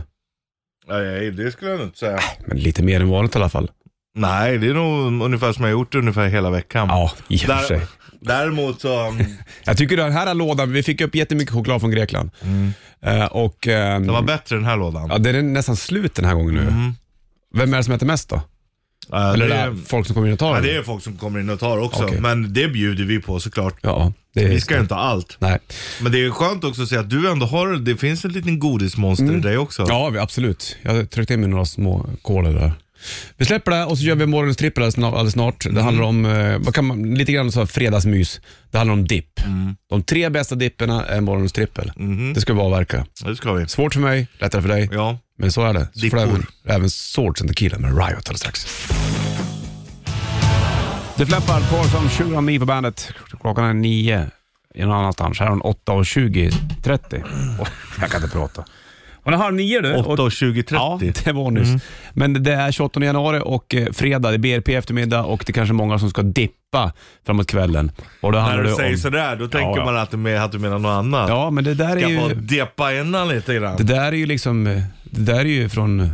C: Nej, det skulle jag nog inte säga.
B: Men lite mer än vanligt i alla fall.
C: Nej, det är nog ungefär som jag har gjort ungefär hela veckan.
B: Ja, i och för sig.
C: Där, däremot så, um,
B: Jag tycker den här lådan, vi fick upp jättemycket choklad från Grekland. Eh, och, eh,
C: Mm. det var bättre den här lådan.
B: ja, det är nästan slut den här gången nu. Vem är det som äter mest då?
C: Eh,
B: Eller
C: det,
B: är det folk som kommer in och tar
C: ja,
B: den?
C: det är folk som kommer in och tar också,
B: Okej.
C: men det bjuder vi på såklart.
B: Ja, det är...
C: Vi ska ju inte ha allt.
B: Nej.
C: Men det är skönt också att se att du ändå har, det finns en liten godismonster i dig också.
B: Mm. Ja, vi- absolut. Jag tryckte in mig några små kolor där. Vi släpper det och så gör vi morgonens trippel alldeles snar- alldeles snart.
C: Mm.
B: Det handlar om eh, vad kan man, lite grann så här fredagsmys. Det handlar om dipp.
C: Mm.
B: De tre bästa dipperna är morgonens trippel.
C: Mm-hmm.
B: Det ska vi avverka.
C: Det ska vi.
B: Svårt för mig, lättare för dig.
C: Ja.
B: Men så är det. Så får
C: Dippor.
B: du även, även Swords and Tequila med Riot alldeles strax. Det fläppar på som 20 Me på bandet. Klockan är nio i någon annanstans. Här är hon 8.20.30. Oh, jag kan inte prata. Hon är halv nio du.
C: 8 och 20, 30.
B: Ja, det var nyss. Men det är 28 januari och eh, fredag. Det är BRP eftermiddag och det är kanske många som ska dippa framåt kvällen. Och då handlar
C: När
B: det
C: du
B: om...
C: säger sådär, då tänker
B: ja.
C: man att du, men- att du menar något annat.
B: Ja, men det där är
C: Ska få
B: ju...
C: deppa innan lite grann.
B: Det där är ju liksom... eh, Det där är ju från...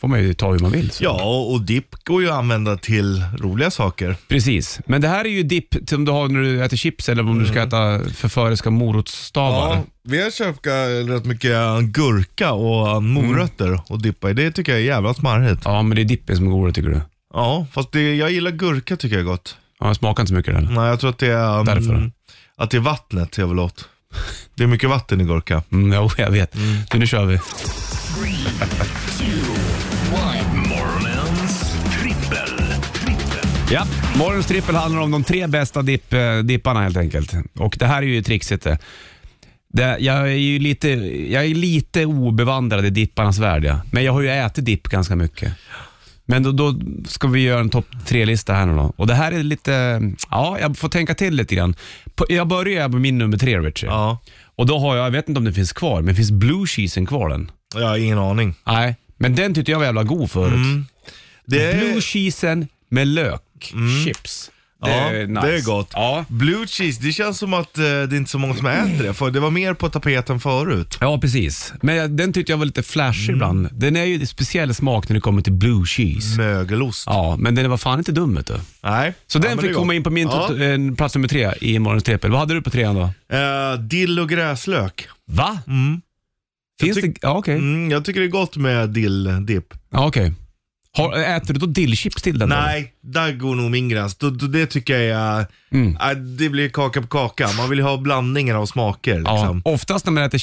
B: får man ju ta hur man vill. Så.
C: Ja, och, och dipp går ju att använda till roliga saker.
B: Precis, men det här är ju dipp som du har när du äter chips eller om du ska äta förföriska morotsstavar.
C: Ja, vi har köpt eh, rätt mycket eh, gurka och eh, morötter och dippa i. Det tycker jag är jävla smarrigt.
B: Ja, men det är dippen som är godare tycker du?
C: Ja, fast det, jag gillar gurka tycker jag är gott.
B: Ja, jag smakar inte så mycket den.
C: Nej, jag tror att det är, um,
B: Därför.
C: Att det är vattnet jag vill åt. Det är mycket vatten i gurka.
B: Mm, jo, jag vet. Du, nu kör vi.
A: Morgonens trippel. trippel.
B: Ja, morgons trippel handlar om de tre bästa dipp, eh, dipparna helt enkelt. Och det här är ju trixigt det. det jag är ju lite, jag är lite obevandrad i dipparnas värld, ja. men jag har ju ätit dipp ganska mycket. Men då, då ska vi göra en topp tre-lista här nu då. Och det här är lite, ja, jag får tänka till lite grann. På- Jag börjar med min nummer tre, Richard.
C: Ja,
B: Och då har jag, jag vet inte om den finns kvar, men finns blue cheesen kvar den?
C: jag har ingen aning.
B: Nej, men den tyckte jag var jävla god förut.
C: Det är,
B: Blue cheesen med lök, chips.
C: ja, Eh. Mm. det är gott.
B: Ja.
C: Blue cheese, det känns som att eh, det är inte så många som äter det. För det var mer på tapeten förut.
B: ja, precis. Men jag- den tyckte jag var lite flashig
C: Mm.
B: ibland. Den är ju en speciell smak när det kommer till blue cheese.
C: Mögelost.
B: Ja, men den var fan inte dum vet du.
C: Nej.
B: Så
C: Ja,
B: den
C: men det är
B: fick
C: gott.
B: komma in på min
C: Ja.
B: tot- eh, plats nummer tre i morgons trippel. Vad hade du på trean då?
C: Eh, dill och gräslök.
B: Va? Finns
C: Mm. Jag tyck-
B: det? Ja, okej.
C: Mm, jag tycker det är gott med dill-dipp.
B: Ja, okej. Har- Äter du då dillchips till den? eller?
C: Nej, där går nog min gräns. Då, då, det tycker jag är...
B: Mm.
C: eh, det blir kaka på kaka. Man vill ju ha blandningen av smaker.
B: Ja,
C: Liksom.
B: oftast när man äter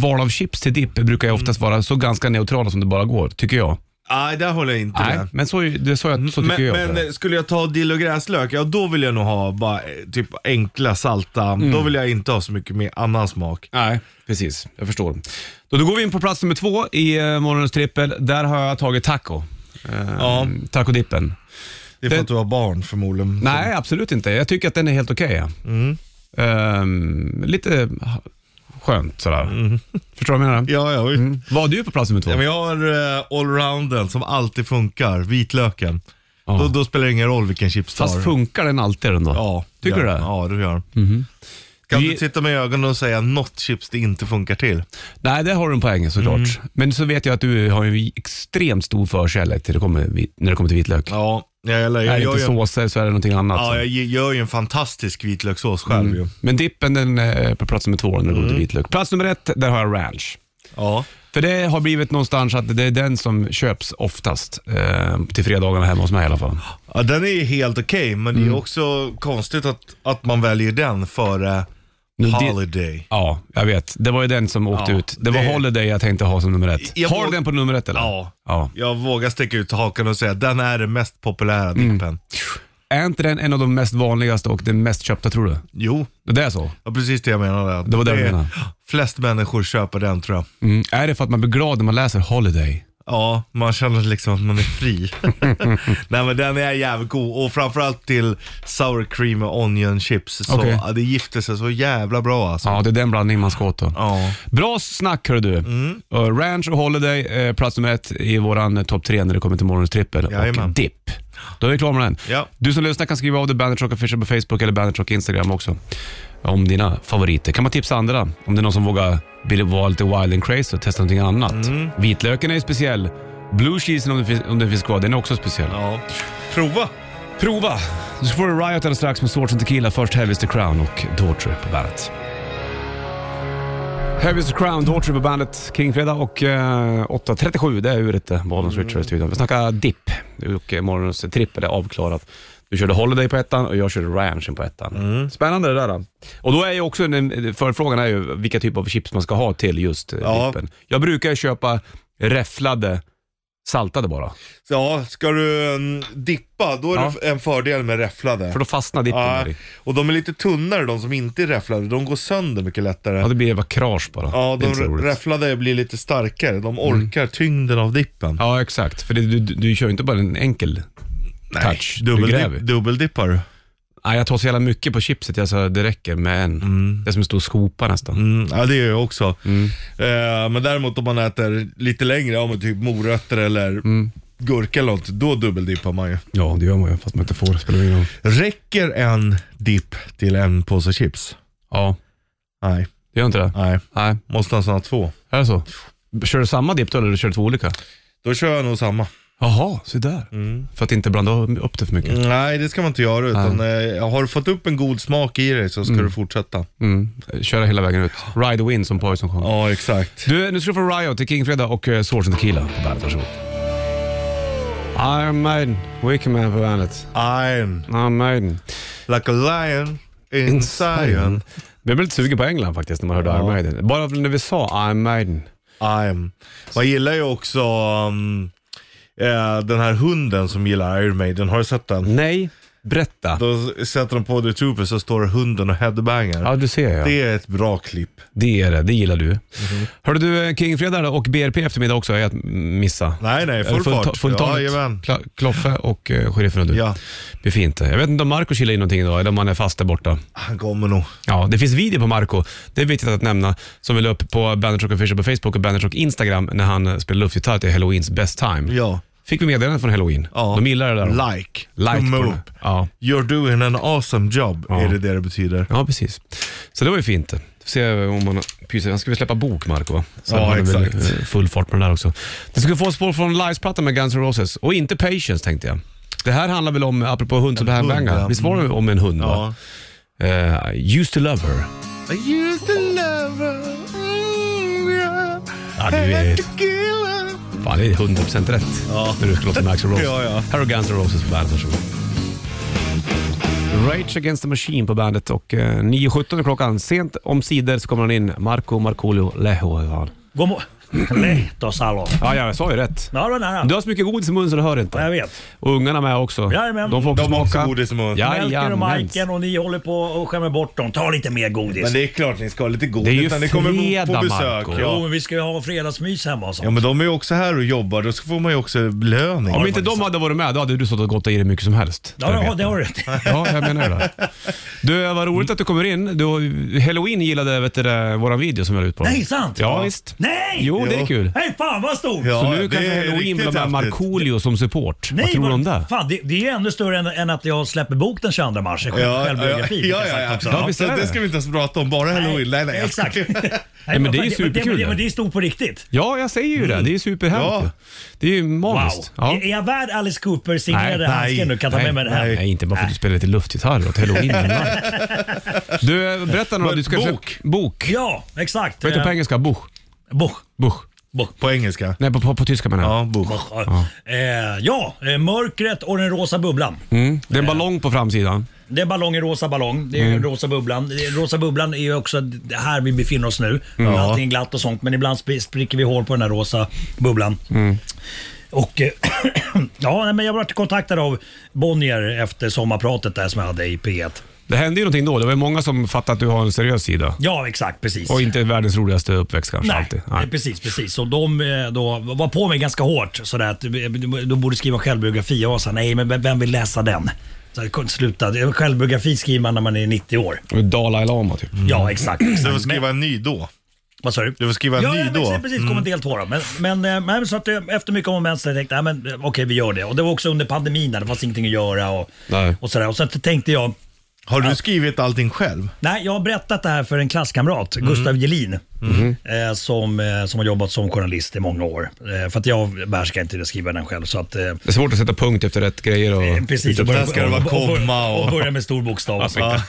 B: val av chips till dipp brukar jag
C: Mm.
B: oftast vara så ganska neutrala som det bara går, tycker jag.
C: Nej, där håller jag inte
B: Nej,
C: med.
B: men så, är- det, så, jag, så tycker
C: men,
B: jag.
C: men eh, skulle jag ta dill och gräslök, ja då vill jag nog ha bara eh, typ enkla salta.
B: Mm.
C: Då vill jag inte ha så mycket mer annan smak.
B: Nej, precis. Jag förstår. Då, då går vi in på plats nummer två i eh, morgonens trippel. Där har jag tagit taco.
C: Ja,
B: Tacodippen.
C: det är
B: Mm.
C: för
B: det-
C: att du har barn förmodligen.
B: Nej, absolut inte. Jag tycker att den är helt okej. ja.
C: Mm.
B: Ehm, lite ha- skönt sådär. Förstår du vad jag menar?
C: Mm.
B: Mm.
C: Ja, ja, visst.
B: Var du på plats nummer två?
C: ja men jag har eh, allrounden som alltid funkar, vitlöken.
B: Ja.
C: Då, då spelar det ingen roll vilken chips du har.
B: Fast funkar den alltid ändå?
C: Ja,
B: Tycker du
C: gör-
B: det? Mhm.
C: Ja, det gör mm Kan
B: Vi-
C: du titta mig i ögonen och säga något chips det inte funkar till?
B: Nej, det har du en poäng såklart.
C: Mm.
B: Men så vet jag att du har ju extremt stor förkärlek till det kommer, vit- när det kommer till vitlök.
C: Ja, jag, eller,
B: är
C: jag,
B: det
C: gör
B: inte
C: ju en,
B: såser så alltså. är det någonting annat.
C: ja, jag gör ju en fantastisk vitlökssås själv ju.
B: Men dippen den är på plats nummer två när det kommer till
C: Mm.
B: vitlök. Plats nummer ett, där har jag ranch.
C: Ja.
B: För det har blivit någonstans att det är den som köps oftast eh, till fredagarna hemma hos mig i alla fall.
C: Ja, den är ju helt okej, men
B: Mm.
C: det är också konstigt att, att man väljer den före
B: det-
C: Holiday.
B: Ja, jag vet. Det var ju den som åkte
C: Ja,
B: ut. Det var
C: det-
B: Holiday jag tänkte ha som nummer ett.
C: Jag
B: har du
C: våg-
B: den på nummer ett eller?
C: Ja.
B: ja.
C: Jag vågar sticka ut hakan och säga att den är den mest populära
B: Mm.
C: dippen.
B: Är inte den en av de mest vanligaste och den mest köpta tror du?
C: Jo,
B: Det är så?
C: ja, precis det jag menade. att
B: Det var det jag
C: är-
B: menade.
C: Flest människor köper den tror jag.
B: Mm. Är det för att man blir glad när man läser Holiday?
C: Ja, man känner liksom att man är fri. Nej men den är jävligt god och framförallt till sour cream och onion chips. Så
B: Okej.
C: ja, det gifter sig så jävla bra alltså.
B: Ja, det är den blandningen man ska åt då.
C: Ja. Mm.
B: Bra snack hör du. Och Ranch och Holiday, eh, plats nummer ett i våran eh, topp tre när det kommer till morgonens trippel. Och
C: Jajamän.
B: dipp. Då är vi klara med den.
C: Ja.
B: Du som lyssnar kan skriva av dig Bandit Rock Official på Facebook eller Bandit Rock Instagram också. Om dina favoriter. Kan man tipsa andra om det är någon som vågar vill vara lite wild and crazy och testa någonting annat.
C: Mm.
B: Vitlöken är ju speciell. Blue cheesen om den, finns, om den finns kvar, den är också speciell.
C: ja. Prova!
B: Prova! Så får du Riot alldeles strax med Swords and Tequila. Först Heavy's the Crown och Daughtry på bandet. Heavy's the Crown, Daughtry på bandet. Kingfredag och eh, 8.37, det är uret eh, Bollens Richard i studion. Vi snackar dipp och eh, morgonens trippel är avklarat. Du körde Holiday på ettan och jag körde Ranchen på ettan.
C: Mm.
B: Spännande det där. då. Och då är ju också, en- förfrågan är ju vilka typer av chips man ska ha till just eh,
C: Ja.
B: dippen. Jag brukar ju köpa räfflade, saltade bara.
C: Så, ja, ska du mm, dippa, då är
B: Ja.
C: det en fördel med räfflade.
B: För då fastnar dippen
C: ja,
B: där i.
C: och de är lite tunnare de som inte är räfflade, de går sönder mycket lättare.
B: Ja, det blir jävla krasch bara.
C: Ja,
B: det är
C: de
B: inte så roligt. Mm.
C: räfflade blir lite starkare. De orkar tyngden av dippen.
B: Ja, exakt. För det, du, du, du kör ju inte bara en enkel touch. du gräver.
C: Dubbeldipp, dubbeldippar.
B: Nej, jag tar så jävla mycket på chipset, jag sa, det räcker med en. Det är som en stor skopa nästan.
C: Mm, ja, det gör jag också. Eh, men däremot om man äter lite längre, ja, men typ morötter eller gurka eller något, då dubbeldippar man ju.
B: Ja, det gör man ju, fast man inte får. Det spelar ingen roll.
C: Räcker en dipp till en påse chips?
B: Ja,
C: Nej,
B: det gör inte det.
C: nej.
B: Nej,
C: Måste nästan ha två.
B: är det så? Kör du samma dipp då, eller kör du två olika?
C: Då kör jag nog samma.
B: Jaha, så där. För att inte blanda upp det för mycket.
C: Nej, det ska man inte göra. Utan, eh, har du fått upp en god smak i dig så ska du fortsätta.
B: Mm. Köra hela vägen ut. Ride the wind som Poison sjöng.
C: Ja, exakt.
B: Du, nu ska du få Riot till Kingfredag och uh, Swords and Tequila på bandet. Varsågod. Iron Maiden, Wicked Man på bandet.
C: Iron,
B: Iron Maiden.
C: like a lion in
B: Jag
C: Zion.
B: blev lite sugen på England faktiskt när man hörde Iron Maiden. Bara när vi sa Iron Maiden.
C: I'm. Man gillar ju också um, eh, den här hunden som gillar Iron Maiden. Har du sett den?
B: Nej, berätta.
C: Då sätter de på The Trooper så står hunden och headbangar.
B: Ja, du ser jag. Det,
C: Det Mhm. är ett bra klipp.
B: är det, det gillar du. Hörde du, eh, Kingfredag och BRP eftermiddag också är att missa.
C: Nej, nej, full
B: Fullt-
C: fart.
B: fullt talet.
C: Jajamän.
B: Kla- Kloffe och uh, sheriffen och du.
C: Ja,
B: Blir fint det. Jag vet inte om Marco kilar in någonting idag eller om han är fast där borta.
C: han kommer nog.
B: Ja, det finns video på Marco. Det är viktigt att nämna. Som vi la upp på Bandage Rock Official på Facebook och Bandage Rock Instagram när han eh, spelade luftgitarr till Halloweens Best Time.
C: Ja.
B: Fick vi meddelanden från Halloween.
C: ja.
B: De gillar det där.
C: Like.
B: Like
C: Tumme
B: på den.
C: upp.
B: Ja.
C: You're doing an awesome job,
B: Ja.
C: är det det det betyder.
B: Ja, precis. Så det var ju fint. Får se om man pyser. Han ska väl släppa bok, Marco? va? Så
C: Ja,
B: han är väl,
C: exakt.
B: eh, Full fart med den där också. Du ska få spår från livesplattan med Guns N' Roses och inte Patience tänkte jag. Det här handlar väl om, apropå hund som
C: hund,
B: handbangar.
C: ja.
B: Visst var det om en hund? Va?
C: Ja.
B: Eh, used to love her.
C: I used to love her. Mm, yeah.
B: Ja, du är-
C: Had to kill her.
B: Fan, det är 100% rätt
C: Ja.
B: när du ska låta Max Rose.
C: Ja, ja.
B: Här har Guns N' Roses på bandet, varsågod. Rage Against the Machine på bandet och eh, 9.17 är klockan. Sent om sidor så kommer han in, Marco Markoolio Leho. Ja,
A: God morgon. Lehtosalo.
B: ja, jag sa ju rätt.
A: Ja, den här.
B: Du har så mycket godis i munnen så du hör inte.
A: Jag vet.
B: Och ungarna med också.
A: Jajamän.
B: De får också
C: De har också
B: smaka.
C: godis i munnen.
B: Jajamän.
A: Melker och Majken och ni håller på och skämmer bort dem. Ta lite mer godis.
C: Men det är klart ni ska ha lite godis
B: Det är ju
C: när ni kommer
B: fredag,
C: på besök.
B: Marco.
A: Jo,
C: Ja.
A: men vi ska ju ha fredagsmys hemma och sånt.
C: ja, men de är ju också här och jobbar. Då får man ju också löning.
B: Om inte de hade varit med, då hade du suttit och gottat i dig mycket som helst.
A: Ja,
B: Jag
A: det
B: vet
A: har- det
B: inte.
A: har du
B: Ja,
A: rätt i.
B: jag menar ju det. Du, vad roligt att du kommer in. Du, Halloween gillade vet du, det, våran video som jag la ut på.
A: Nej, sant?
B: Ja, visst.
A: Nej!
B: Jo, det är
C: Jo.
B: kul.
A: Nej, fan vad stort!
C: Ja,
B: Så
C: det
B: nu
C: är
B: kanske Halloween
C: riktigt
B: blir med
C: häftigt.
B: Markoolio som support. vad tror du om det?
A: Fan, det, det är ännu större än, än att jag släpper bok den 22 mars. Själv,
C: Ja, ja, ja,
A: självbiografi. fick jag
C: ja,
A: sagt
C: ja,
A: också.
B: Ja,
C: ja.
B: visst är
C: Så
B: det.
C: Det ska vi inte ens prata om, bara halloween. Nej, nej.
A: Exakt. Nej,
B: men det är ju
A: fan,
B: superkul
A: Men,
B: det.
A: men det är stort på riktigt.
B: Ja, jag säger ju det. Det är ju superhärligt.
C: Mm. Ja.
B: ju. Det är ju
A: Wow.
B: magiskt. Ja.
A: Är, är jag värd Alice Cooper signerade
B: Nej,
A: handsken nu? Kan jag ta med mig den här?
B: nej, inte bara för att du spelar lite luftgitarr åt halloween. du, eh, berätta några.
C: Men
B: Du ska
C: bok.
B: Bok.
A: Ja, exakt. Eh,
B: Vad heter det på engelska? Buch.
A: Boch.
B: Buch.
A: Boch.
C: På engelska?
B: Nej, på, på, på tyska menar jag.
C: Ja, bok.
A: Boch. Ja. Eh, ja, eh, mörkret och den rosa bubblan.
B: Mm. Det är en ballong på framsidan.
A: Det är ballong i rosa ballong. Det är
B: Mm.
A: rosa bubblan. Det är- Rosa bubblan är ju också det här vi befinner oss nu. Allting är glatt och sånt, men ibland sp- spricker vi hål på den här rosa bubblan.
B: Mm.
A: Och eh, ja, nej, men jag blev kontaktad av Bonnier efter sommarpratet där som jag hade i P1.
B: Det hände ju någonting då. Det var ju många som fattade att du har en seriös sida.
A: Ja, exakt. Precis.
B: Och inte världens roligaste uppväxt kanske
A: Nej,
B: alltid.
A: Nej, precis. precis. Och de eh, då, var på mig ganska hårt. Sådär, att du, du borde skriva en självbiografi. Jag sa nej, men vem- vem vill läsa den? Så jag kunde sluta. Det- Självbiografi skriver man när man är 90 år.
B: Mm. Dalai Lama typ.
A: Ja, exakt.
C: Du får
A: Men-
C: skriva en ny då.
A: Vad sa du?
C: Du får skriva en
A: ja,
C: ny
A: ja,
C: då. Mm.
A: Ja, precis. Kommer del två då. Men, men, eh, men så att eh, efter mycket om och men så tänkte jag, nej, men eh, okej vi gör det. Och det var också under pandemin där det fanns ingenting att göra och,
B: Nej.
A: och sådär. Och sen tänkte jag,
C: Har du skrivit allting själv?
A: nej jag har berättat det här för en klasskamrat,
C: Mm.
A: Gustav Gelin,
C: Mm-hmm.
A: eh, som, eh, som har jobbat som journalist i många år. Eh, för att jag behärskar inte det, skriva den själv. Så att, eh,
B: Det är svårt att sätta punkt efter rätt grejer och... typ
A: Precis, och
C: Mm. Typ, där ska det vara komma och-
A: och börja med stor bokstav. Och så vidare.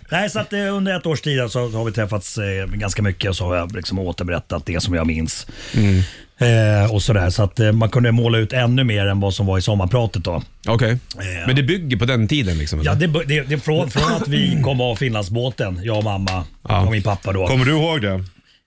A: Nej, så att eh, under ett års tid så har vi träffats eh, ganska mycket och så har jag liksom återberättat det som jag minns.
C: Mm.
A: Eh, och sådär, så att eh, man kunde måla ut ännu mer än vad som var i sommarpratet då.
C: Mm.
B: Okej.
A: Ja.
B: Men det bygger på den tiden liksom?
A: Eh, Ja,
B: eller?
A: det, det, det, från, från att vi kom av Finlandsbåten, jag och mamma
B: Ja.
A: och min pappa då.
C: Kommer du ihåg det?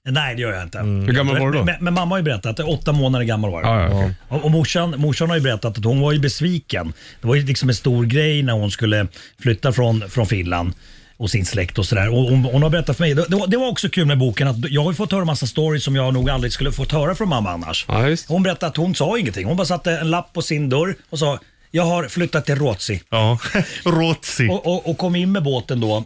A: Nej, det gör jag inte.
B: Hur gammal var du då?
A: Men, men, men mamma har ju berättat, åtta månader gammal var jag.
B: Ja, ja, okej.
A: Och, och morsan, morsan har ju berättat att hon var ju besviken. Det var ju liksom en stor grej när hon skulle flytta från, från Finland och sin släkt och sådär. Och hon, hon har berättat för mig, det, det, var, det var också kul med boken, att jag har ju fått höra massa stories som jag nog aldrig skulle fått höra från mamma annars.
B: Ja, just.
A: Hon berättade att hon sa ingenting, hon bara satte en lapp på sin dörr och sa “Jag har flyttat till Ruotsi”.
C: Ja. Rotsi.
A: Och, och, och kom in med båten då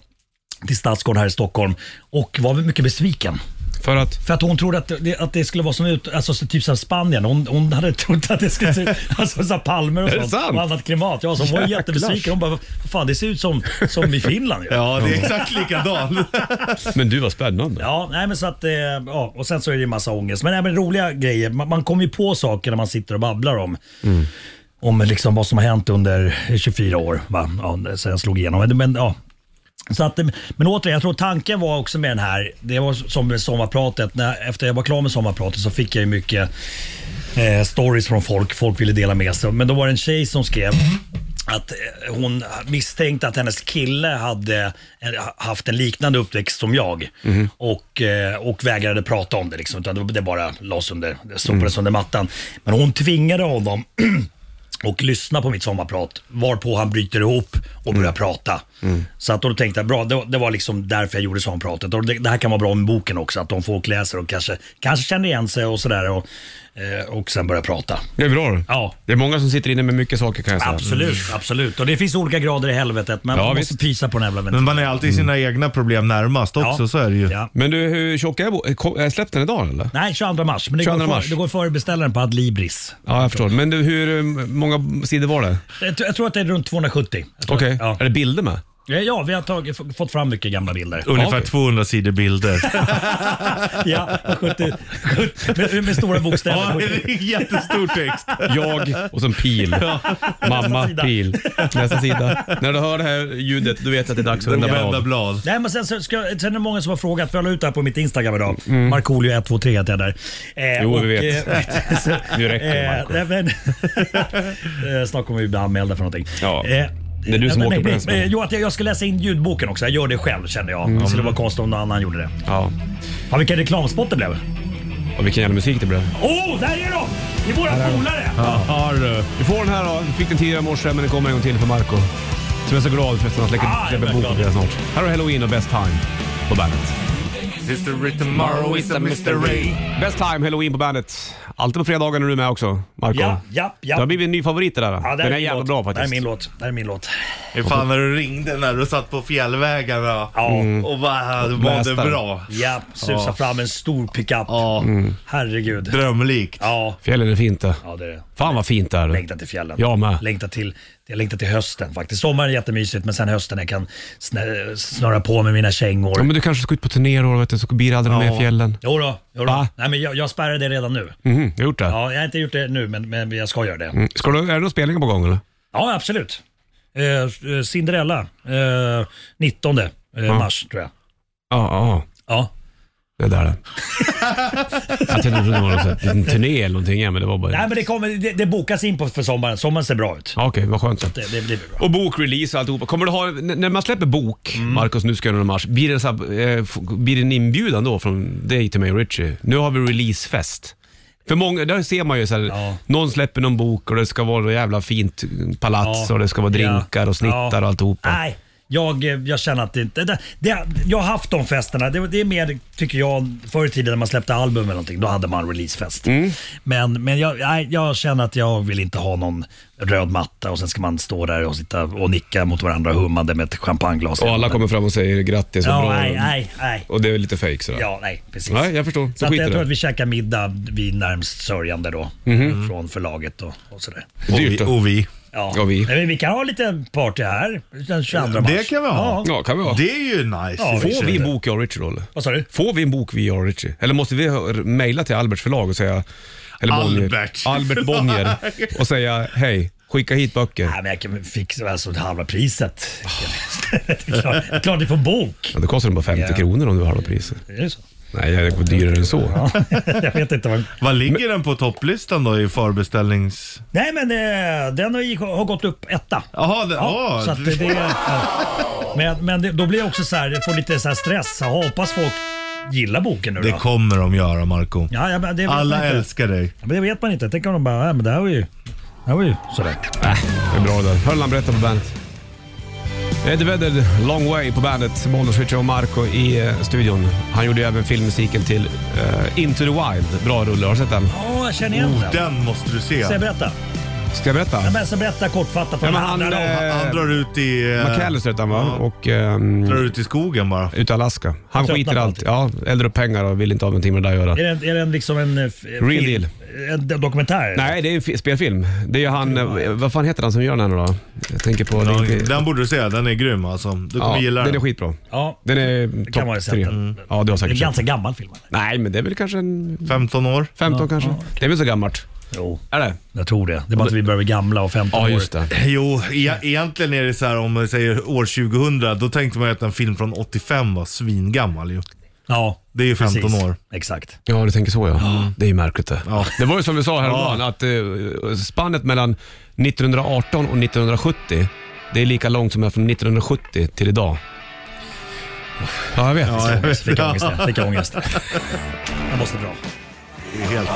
A: till Stadsgården här i Stockholm och var mycket besviken.
B: För att...
A: För att hon trodde att det, att det skulle vara som ut, alltså, så typ som Spanien. Hon, hon hade trott att det skulle se ut alltså, så här palmer och
B: Är det
A: sånt.
B: sant?
A: Och annat klimat. Ja, så hon var
B: Jäklar.
A: jättebesviken. Hon bara, "Vad fan det ser ut som, som i Finland ju. Ja.
C: Ja, det är exakt likadant.
B: Men du, var spännande.
A: nej men så att, eh, ja, och sen så är det ju massa ångest. Men även roliga grejer. Man, man kommer ju på saker när man sitter och babblar om.
B: Mm.
A: Om liksom vad som har hänt under 24 år, va? Ja, sen jag slog igenom. Men, Men, ja. så att, eh, men återigen, jag tror tanken var också med den här, det var som med sommarpratet, när, efter jag var klar med sommarpratet så fick jag ju mycket eh, stories från folk. Folk ville dela med sig. Men då var det en tjej som skrev att eh, hon misstänkte att hennes kille hade eh, haft en liknande uppväxt som jag och, eh, och vägrade prata om det. Liksom, utan det- det bara lades under, det sopades under mattan. Men hon tvingade honom och lyssna på mitt sommarprat, varpå han bryter ihop och
C: Mm.
A: börjar prata. Så att då tänkte jag, bra, det, var- det var liksom därför jag gjorde sommarpratet. Och det, det här kan vara bra med boken också, att de folk läser och kanske, kanske känner igen sig och sådär och, eh, och sen börjar prata.
B: Det är bra.
A: Ja.
B: Det är många som sitter inne med mycket saker kan jag säga.
A: Absolut, absolut. Och det finns olika grader i helvetet, men
B: Ja,
A: man måste
B: visst.
A: pysa på den jävla
C: Men
A: ventilen.
C: man är alltid sina egna problem närmast också, så är det ju.
A: Ja.
B: Men du, hur tjock är bo- kom- är Släppte den idag eller?
A: Nej, 22 mars. Men det
B: 22
A: går,
B: mars.
A: För, det går förbeställaren på Adlibris.
B: Ja, jag förstår. Men du, hur eh, många sidor var det?
A: Jag, tror- jag tror att det är runt 270. Jag tror-
B: Okej.
A: Ja.
B: Är det bilder med?
A: ja, vi har tagit, f- fått fram mycket gamla bilder.
C: Ungefär
B: Okej.
C: 200 sidor bilder.
A: Ja, 70, 70, med, med stora
C: ja,
A: bokstäver.
C: det är jättestor text.
B: Jag och sen pil. Mamma,
A: Nästa sida.
B: pil. Nästa sida. När du hör det här ljudet, du vet att det är dags att vända
C: Vända
B: blad.
C: blad.
A: Nej, men sen, så ska, sen är det många som har frågat, för jag la ut det här på mitt Instagram idag. Markoolio123 heter jag där. Eh,
B: Mm. Jo, vi vet.
A: eh, så-
B: Nu räcker det, Marco.
A: nej, men, eh, Snart kommer vi bli anmälda för någonting. Eh,
B: Ja. Det är du som
A: nej,
B: åker på
A: nej,
B: den smällen.
A: nej, Jo, att jag, jag ska läsa in ljudboken också. Jag gör det själv känner jag.
B: Mm.
A: Det skulle vara konstigt om någon annan gjorde det.
B: Ja.
A: Ja, vilken reklamspot det blev.
B: Och vilken jävla musik det blev.
A: Oh, där är de! Det är våra polare!
C: Har
A: eh,
C: du?
B: Du får den här då. Du fick den tidigare i morse, men den kommer en gång till för Marco Som är så glad för att han släpper-
A: Ah, jag är
B: släpper boken
A: glad.
B: redan snart. Här har Halloween och Best Time på bandet.
C: History tomorrow is a mystery.
B: Best Time, Halloween på bandet. Alltid på fredagar när du är med också, Marco
A: Ja, ja, ja.
B: Det har blivit en ny favorit det där.
A: Ja, där
B: den är,
A: min
B: jävligt bra
A: låt. Där är
B: faktiskt.
A: min låt. Där är min låt.
C: Hur fan när du ringde när du satt på fjällvägarna
A: Mm.
C: och bara mådde
B: Blästaren.
C: bra.
A: Ja, susa fram en stor pickup.
C: Ja,
B: Mm.
A: Herregud.
C: drömlikt.
A: Ja,
B: Fjällen är fint det.
A: ja det är det.
B: Fan vad fint det är.
A: Längtar till fjällen.
B: Jag med.
A: Längtar till, jag längtar till hösten faktiskt. Sommaren är jättemysigt men sen hösten jag kan snö, snöra på med mina kängor.
B: Ja, men du kanske ska ut på turné då, vet du, så blir det aldrig mer fjällen.
A: Jo då, jo då.
B: Va?
A: Nej, men jag, jag spärrar det redan nu.
B: Mhm, jag har gjort det.
A: Ja, jag har inte gjort det nu men, men jag ska göra det.
B: Mm. Ska du, är det några spelningar på gång eller?
A: Ja, absolut. Eh, eh, Cinderella, eh, 19 eh, mars tror jag.
B: Ja, ja. ja.
A: Ja.
B: Det där det. jag tänkte att det var någon sån här liten turné eller någonting, ja, men det var bara...
A: Nej,
B: Ja,
A: men det, kommer, det, det bokas in på för sommaren. Sommaren ser bra ut.
B: Okej, vad skönt. så.
A: Det, det blir bra.
B: Och bokrelease och alltihopa. Kommer du ha, n- när man släpper bok,
A: Mm.
B: Marcus, nu ska jag göra någon mars, blir det, så här, eh, f- blir det en inbjudan då från dig till mig och Richie? Nu har vi releasefest. För många, där ser man ju så här,
A: Ja.
B: någon släpper någon bok och det ska vara något jävla fint palats och det ska vara drinkar och snittar och alltihopa.
A: Nej, Jag, eh, jag känner att det inte... Det, det, jag har haft de festerna. Det, det är mer, tycker jag, förr i tiden när man släppte album eller någonting. Då hade man releasefest.
B: Mm.
A: Men, men jag, nej, jag känner att jag vill inte ha någon röd matta och sen ska man stå där och sitta och nicka mot varandra hummande med ett champagneglas. i
B: Och alla
A: handen.
B: kommer fram och säger grattis och
A: Ja,
B: bra.
A: nej, nej, nej.
B: Och det är lite fake sådär.
A: Ja, nej, precis.
B: Nej, jag förstår.
A: Så
B: Då
A: att
B: skiter
A: jag
B: det.
A: tror att vi käkar middag vid närmst sörjande då,
B: Mhm.
A: från förlaget och, och sådär.
C: Och
B: Dyrt
C: vi.
B: då.
C: Och vi.
A: Ja.
B: Ja, vi.
A: Nej, men vi kan ha lite party här den 22 mars.
C: Det kan vi ha.
A: Ja.
B: Ja, kan vi ha.
C: Det är ju nice.
A: Ja,
C: i och för
B: Får
C: sig.
B: vi en bok, jag och Richard Olle?
A: Vad sa du?
B: Får vi en bok via Richie? Eller måste vi ha- mejla till Alberts förlag och säga... Eller
C: Albert.
B: Bonnier, Albert Bonnier. Och säga hej, skicka hit böcker.
A: Nej, men jag kan fixa alltså, halva priset.
C: Ah.
A: det är klart, klart ni får bok.
B: Ja, det kostar den bara 50
A: Ja.
B: kronor om du har halva priset.
A: Är det så?
B: Nej, det går dyrare än så.
A: jag vet inte vad...
C: Vad ligger den på topplistan då i förbeställnings...
A: Nej, men eh, den har, ju- har gått upp etta.
C: Jaha, den...
A: Ja,
C: ah,
A: så att det, det, ja. Men, men det, då blir jag också så här, jag får lite så här stress. Jag hoppas folk gillar boken nu då.
C: det kommer de göra Marco
A: ja, ja, men det vet
C: Alla
A: man inte.
C: älskar dig.
A: Ja, Men det vet man inte. Tänk om de bara, "Nej, men det här var ju, det här var ju sådär.
B: Det är bra det där. Hör han berätta på bandet. Eddie Vedder, Long Way på bandet. Bollnäs, Richard och Marco i eh, studion. Han gjorde ju även filmmusiken till eh, Into the Wild. Bra rulle, har du sett den?
A: Ja, jag känner igen
C: Oh,
A: den.
C: Den måste du se.
A: Så jag berätta.
B: Ska jag berätta?
A: Ja, men så berätta kortfattat vad
B: Ja,
A: det
B: men han,
A: handlar om.
B: eh,
C: Han drar ut i... eh,
B: McAllister heter han va?
C: Ja.
B: Och... ehm,
C: Drar ut i skogen bara.
B: Ut i Alaska. Han
A: tröttnar
B: skiter i
A: på
B: allt. Ja, eldar upp pengar och vill inte ha någonting med det där att göra.
A: Är det, är det en, liksom en... eh, f-
B: Real deal.
A: En dokumentär?
B: Nej, det är en fi- spelfilm. Det är ju han, eh, vad fan heter han som gör den här då? Jag tänker på...
C: Ja,
B: det är inte-
C: Den borde du se, den är grym alltså. Du kommer
B: ja,
C: gilla
B: den
C: den.
B: är skitbra.
A: Ja,
B: Den är
A: kan man ju
B: topp
A: säga
B: tre.
A: att den-
B: Ja, du har
A: det är en
B: säkert sett.
A: ganska gammal film. eller?
B: Nej, men det är väl kanske en
C: 15 år.
B: 15 kanske. Det är väl så gammalt?
A: Jo,
B: Är det?
A: jag tror det. Det är bara att vi börjar bli gamla och 15 år.
B: det.
C: Jo, e egentligen är det så här om man säger år 2000, då tänkte man ju att en film från 85 var svingammal ju.
A: Ja,
C: Det är ju 15
A: precis.
C: år.
A: Exakt.
B: Ja, du tänker så ja. Det är ju märkligt det.
C: Ja.
B: Det var ju som vi sa häromdagen, att eh, spannet mellan 1918 och 1970, det är lika långt som det är från 1970 till idag. Ja, jag vet.
C: jag vet.
A: Fick jag ångest. Jag fick jag ångest. Jag måste dra.
C: Det är helt...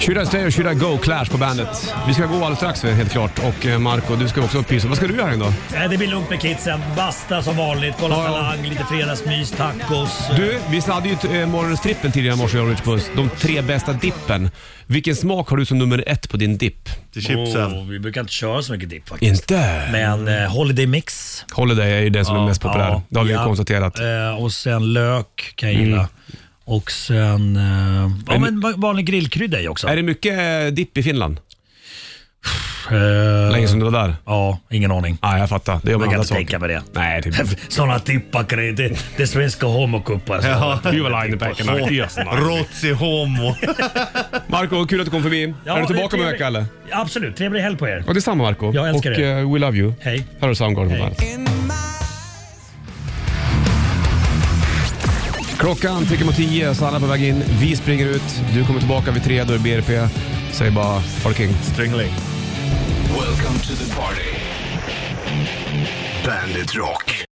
B: Should I stay or should I go? Clash på bandet. Vi ska gå alldeles strax helt klart. Och eh, Marco, du ska också upp Vad ska du göra idag?
A: Nej, Det blir lugnt med kidsen. Basta som vanligt. Kolla
B: Ja, ja.
A: Talang, lite fredagsmys, tacos.
B: Du, vi hade ju t- eh, morgonens trippel tidigare i morse, jag och Rich Puss. De tre bästa dippen. Vilken smak har du som nummer ett på din dipp?
C: Till chipsen.
A: Åh, vi brukar inte köra så mycket dipp faktiskt.
B: Inte?
A: Men eh, Holiday Mix.
B: Holiday är ju den som är mest populär. det har vi ju
A: ja.
B: konstaterat. Mm.
A: Eh, och sen lök kan jag gilla. Och sen eh, ja, men va- vanlig grillkrydda i också.
B: Är det mycket eh, dipp i Finland?
A: Eh,
B: Länge sedan du var där?
A: Ja, ingen aning.
B: Ja, jag fattar. Det gör man
A: Jag
B: andra
A: kan inte
B: saker.
A: tänka mig det.
B: Nej, typ.
A: Sådana tippar, kan det, det, det är svenska homocupen. Alltså.
C: Ja.
B: Du var linebacken. Yes, man.
C: Rotsi homo.
B: Marco, kul att du kom förbi.
A: Ja,
B: är du
A: det
B: tillbaka om en
A: trevligt.
B: vecka eller?
A: Absolut, trevlig helg på er.
B: Ja, detsamma Marco.
A: Jag älskar
B: och,
A: dig.
B: eh, we love you.
A: Hej.
B: Här har du Soundgarden på
A: Hej.
B: bandet. Klockan tickar mot tio, så alla är på väg in. Vi springer ut. Du kommer tillbaka vid tre, då är det BRP. Säg bara fucking.
C: Strängling.
F: Welcome to the party. Bandit Rock.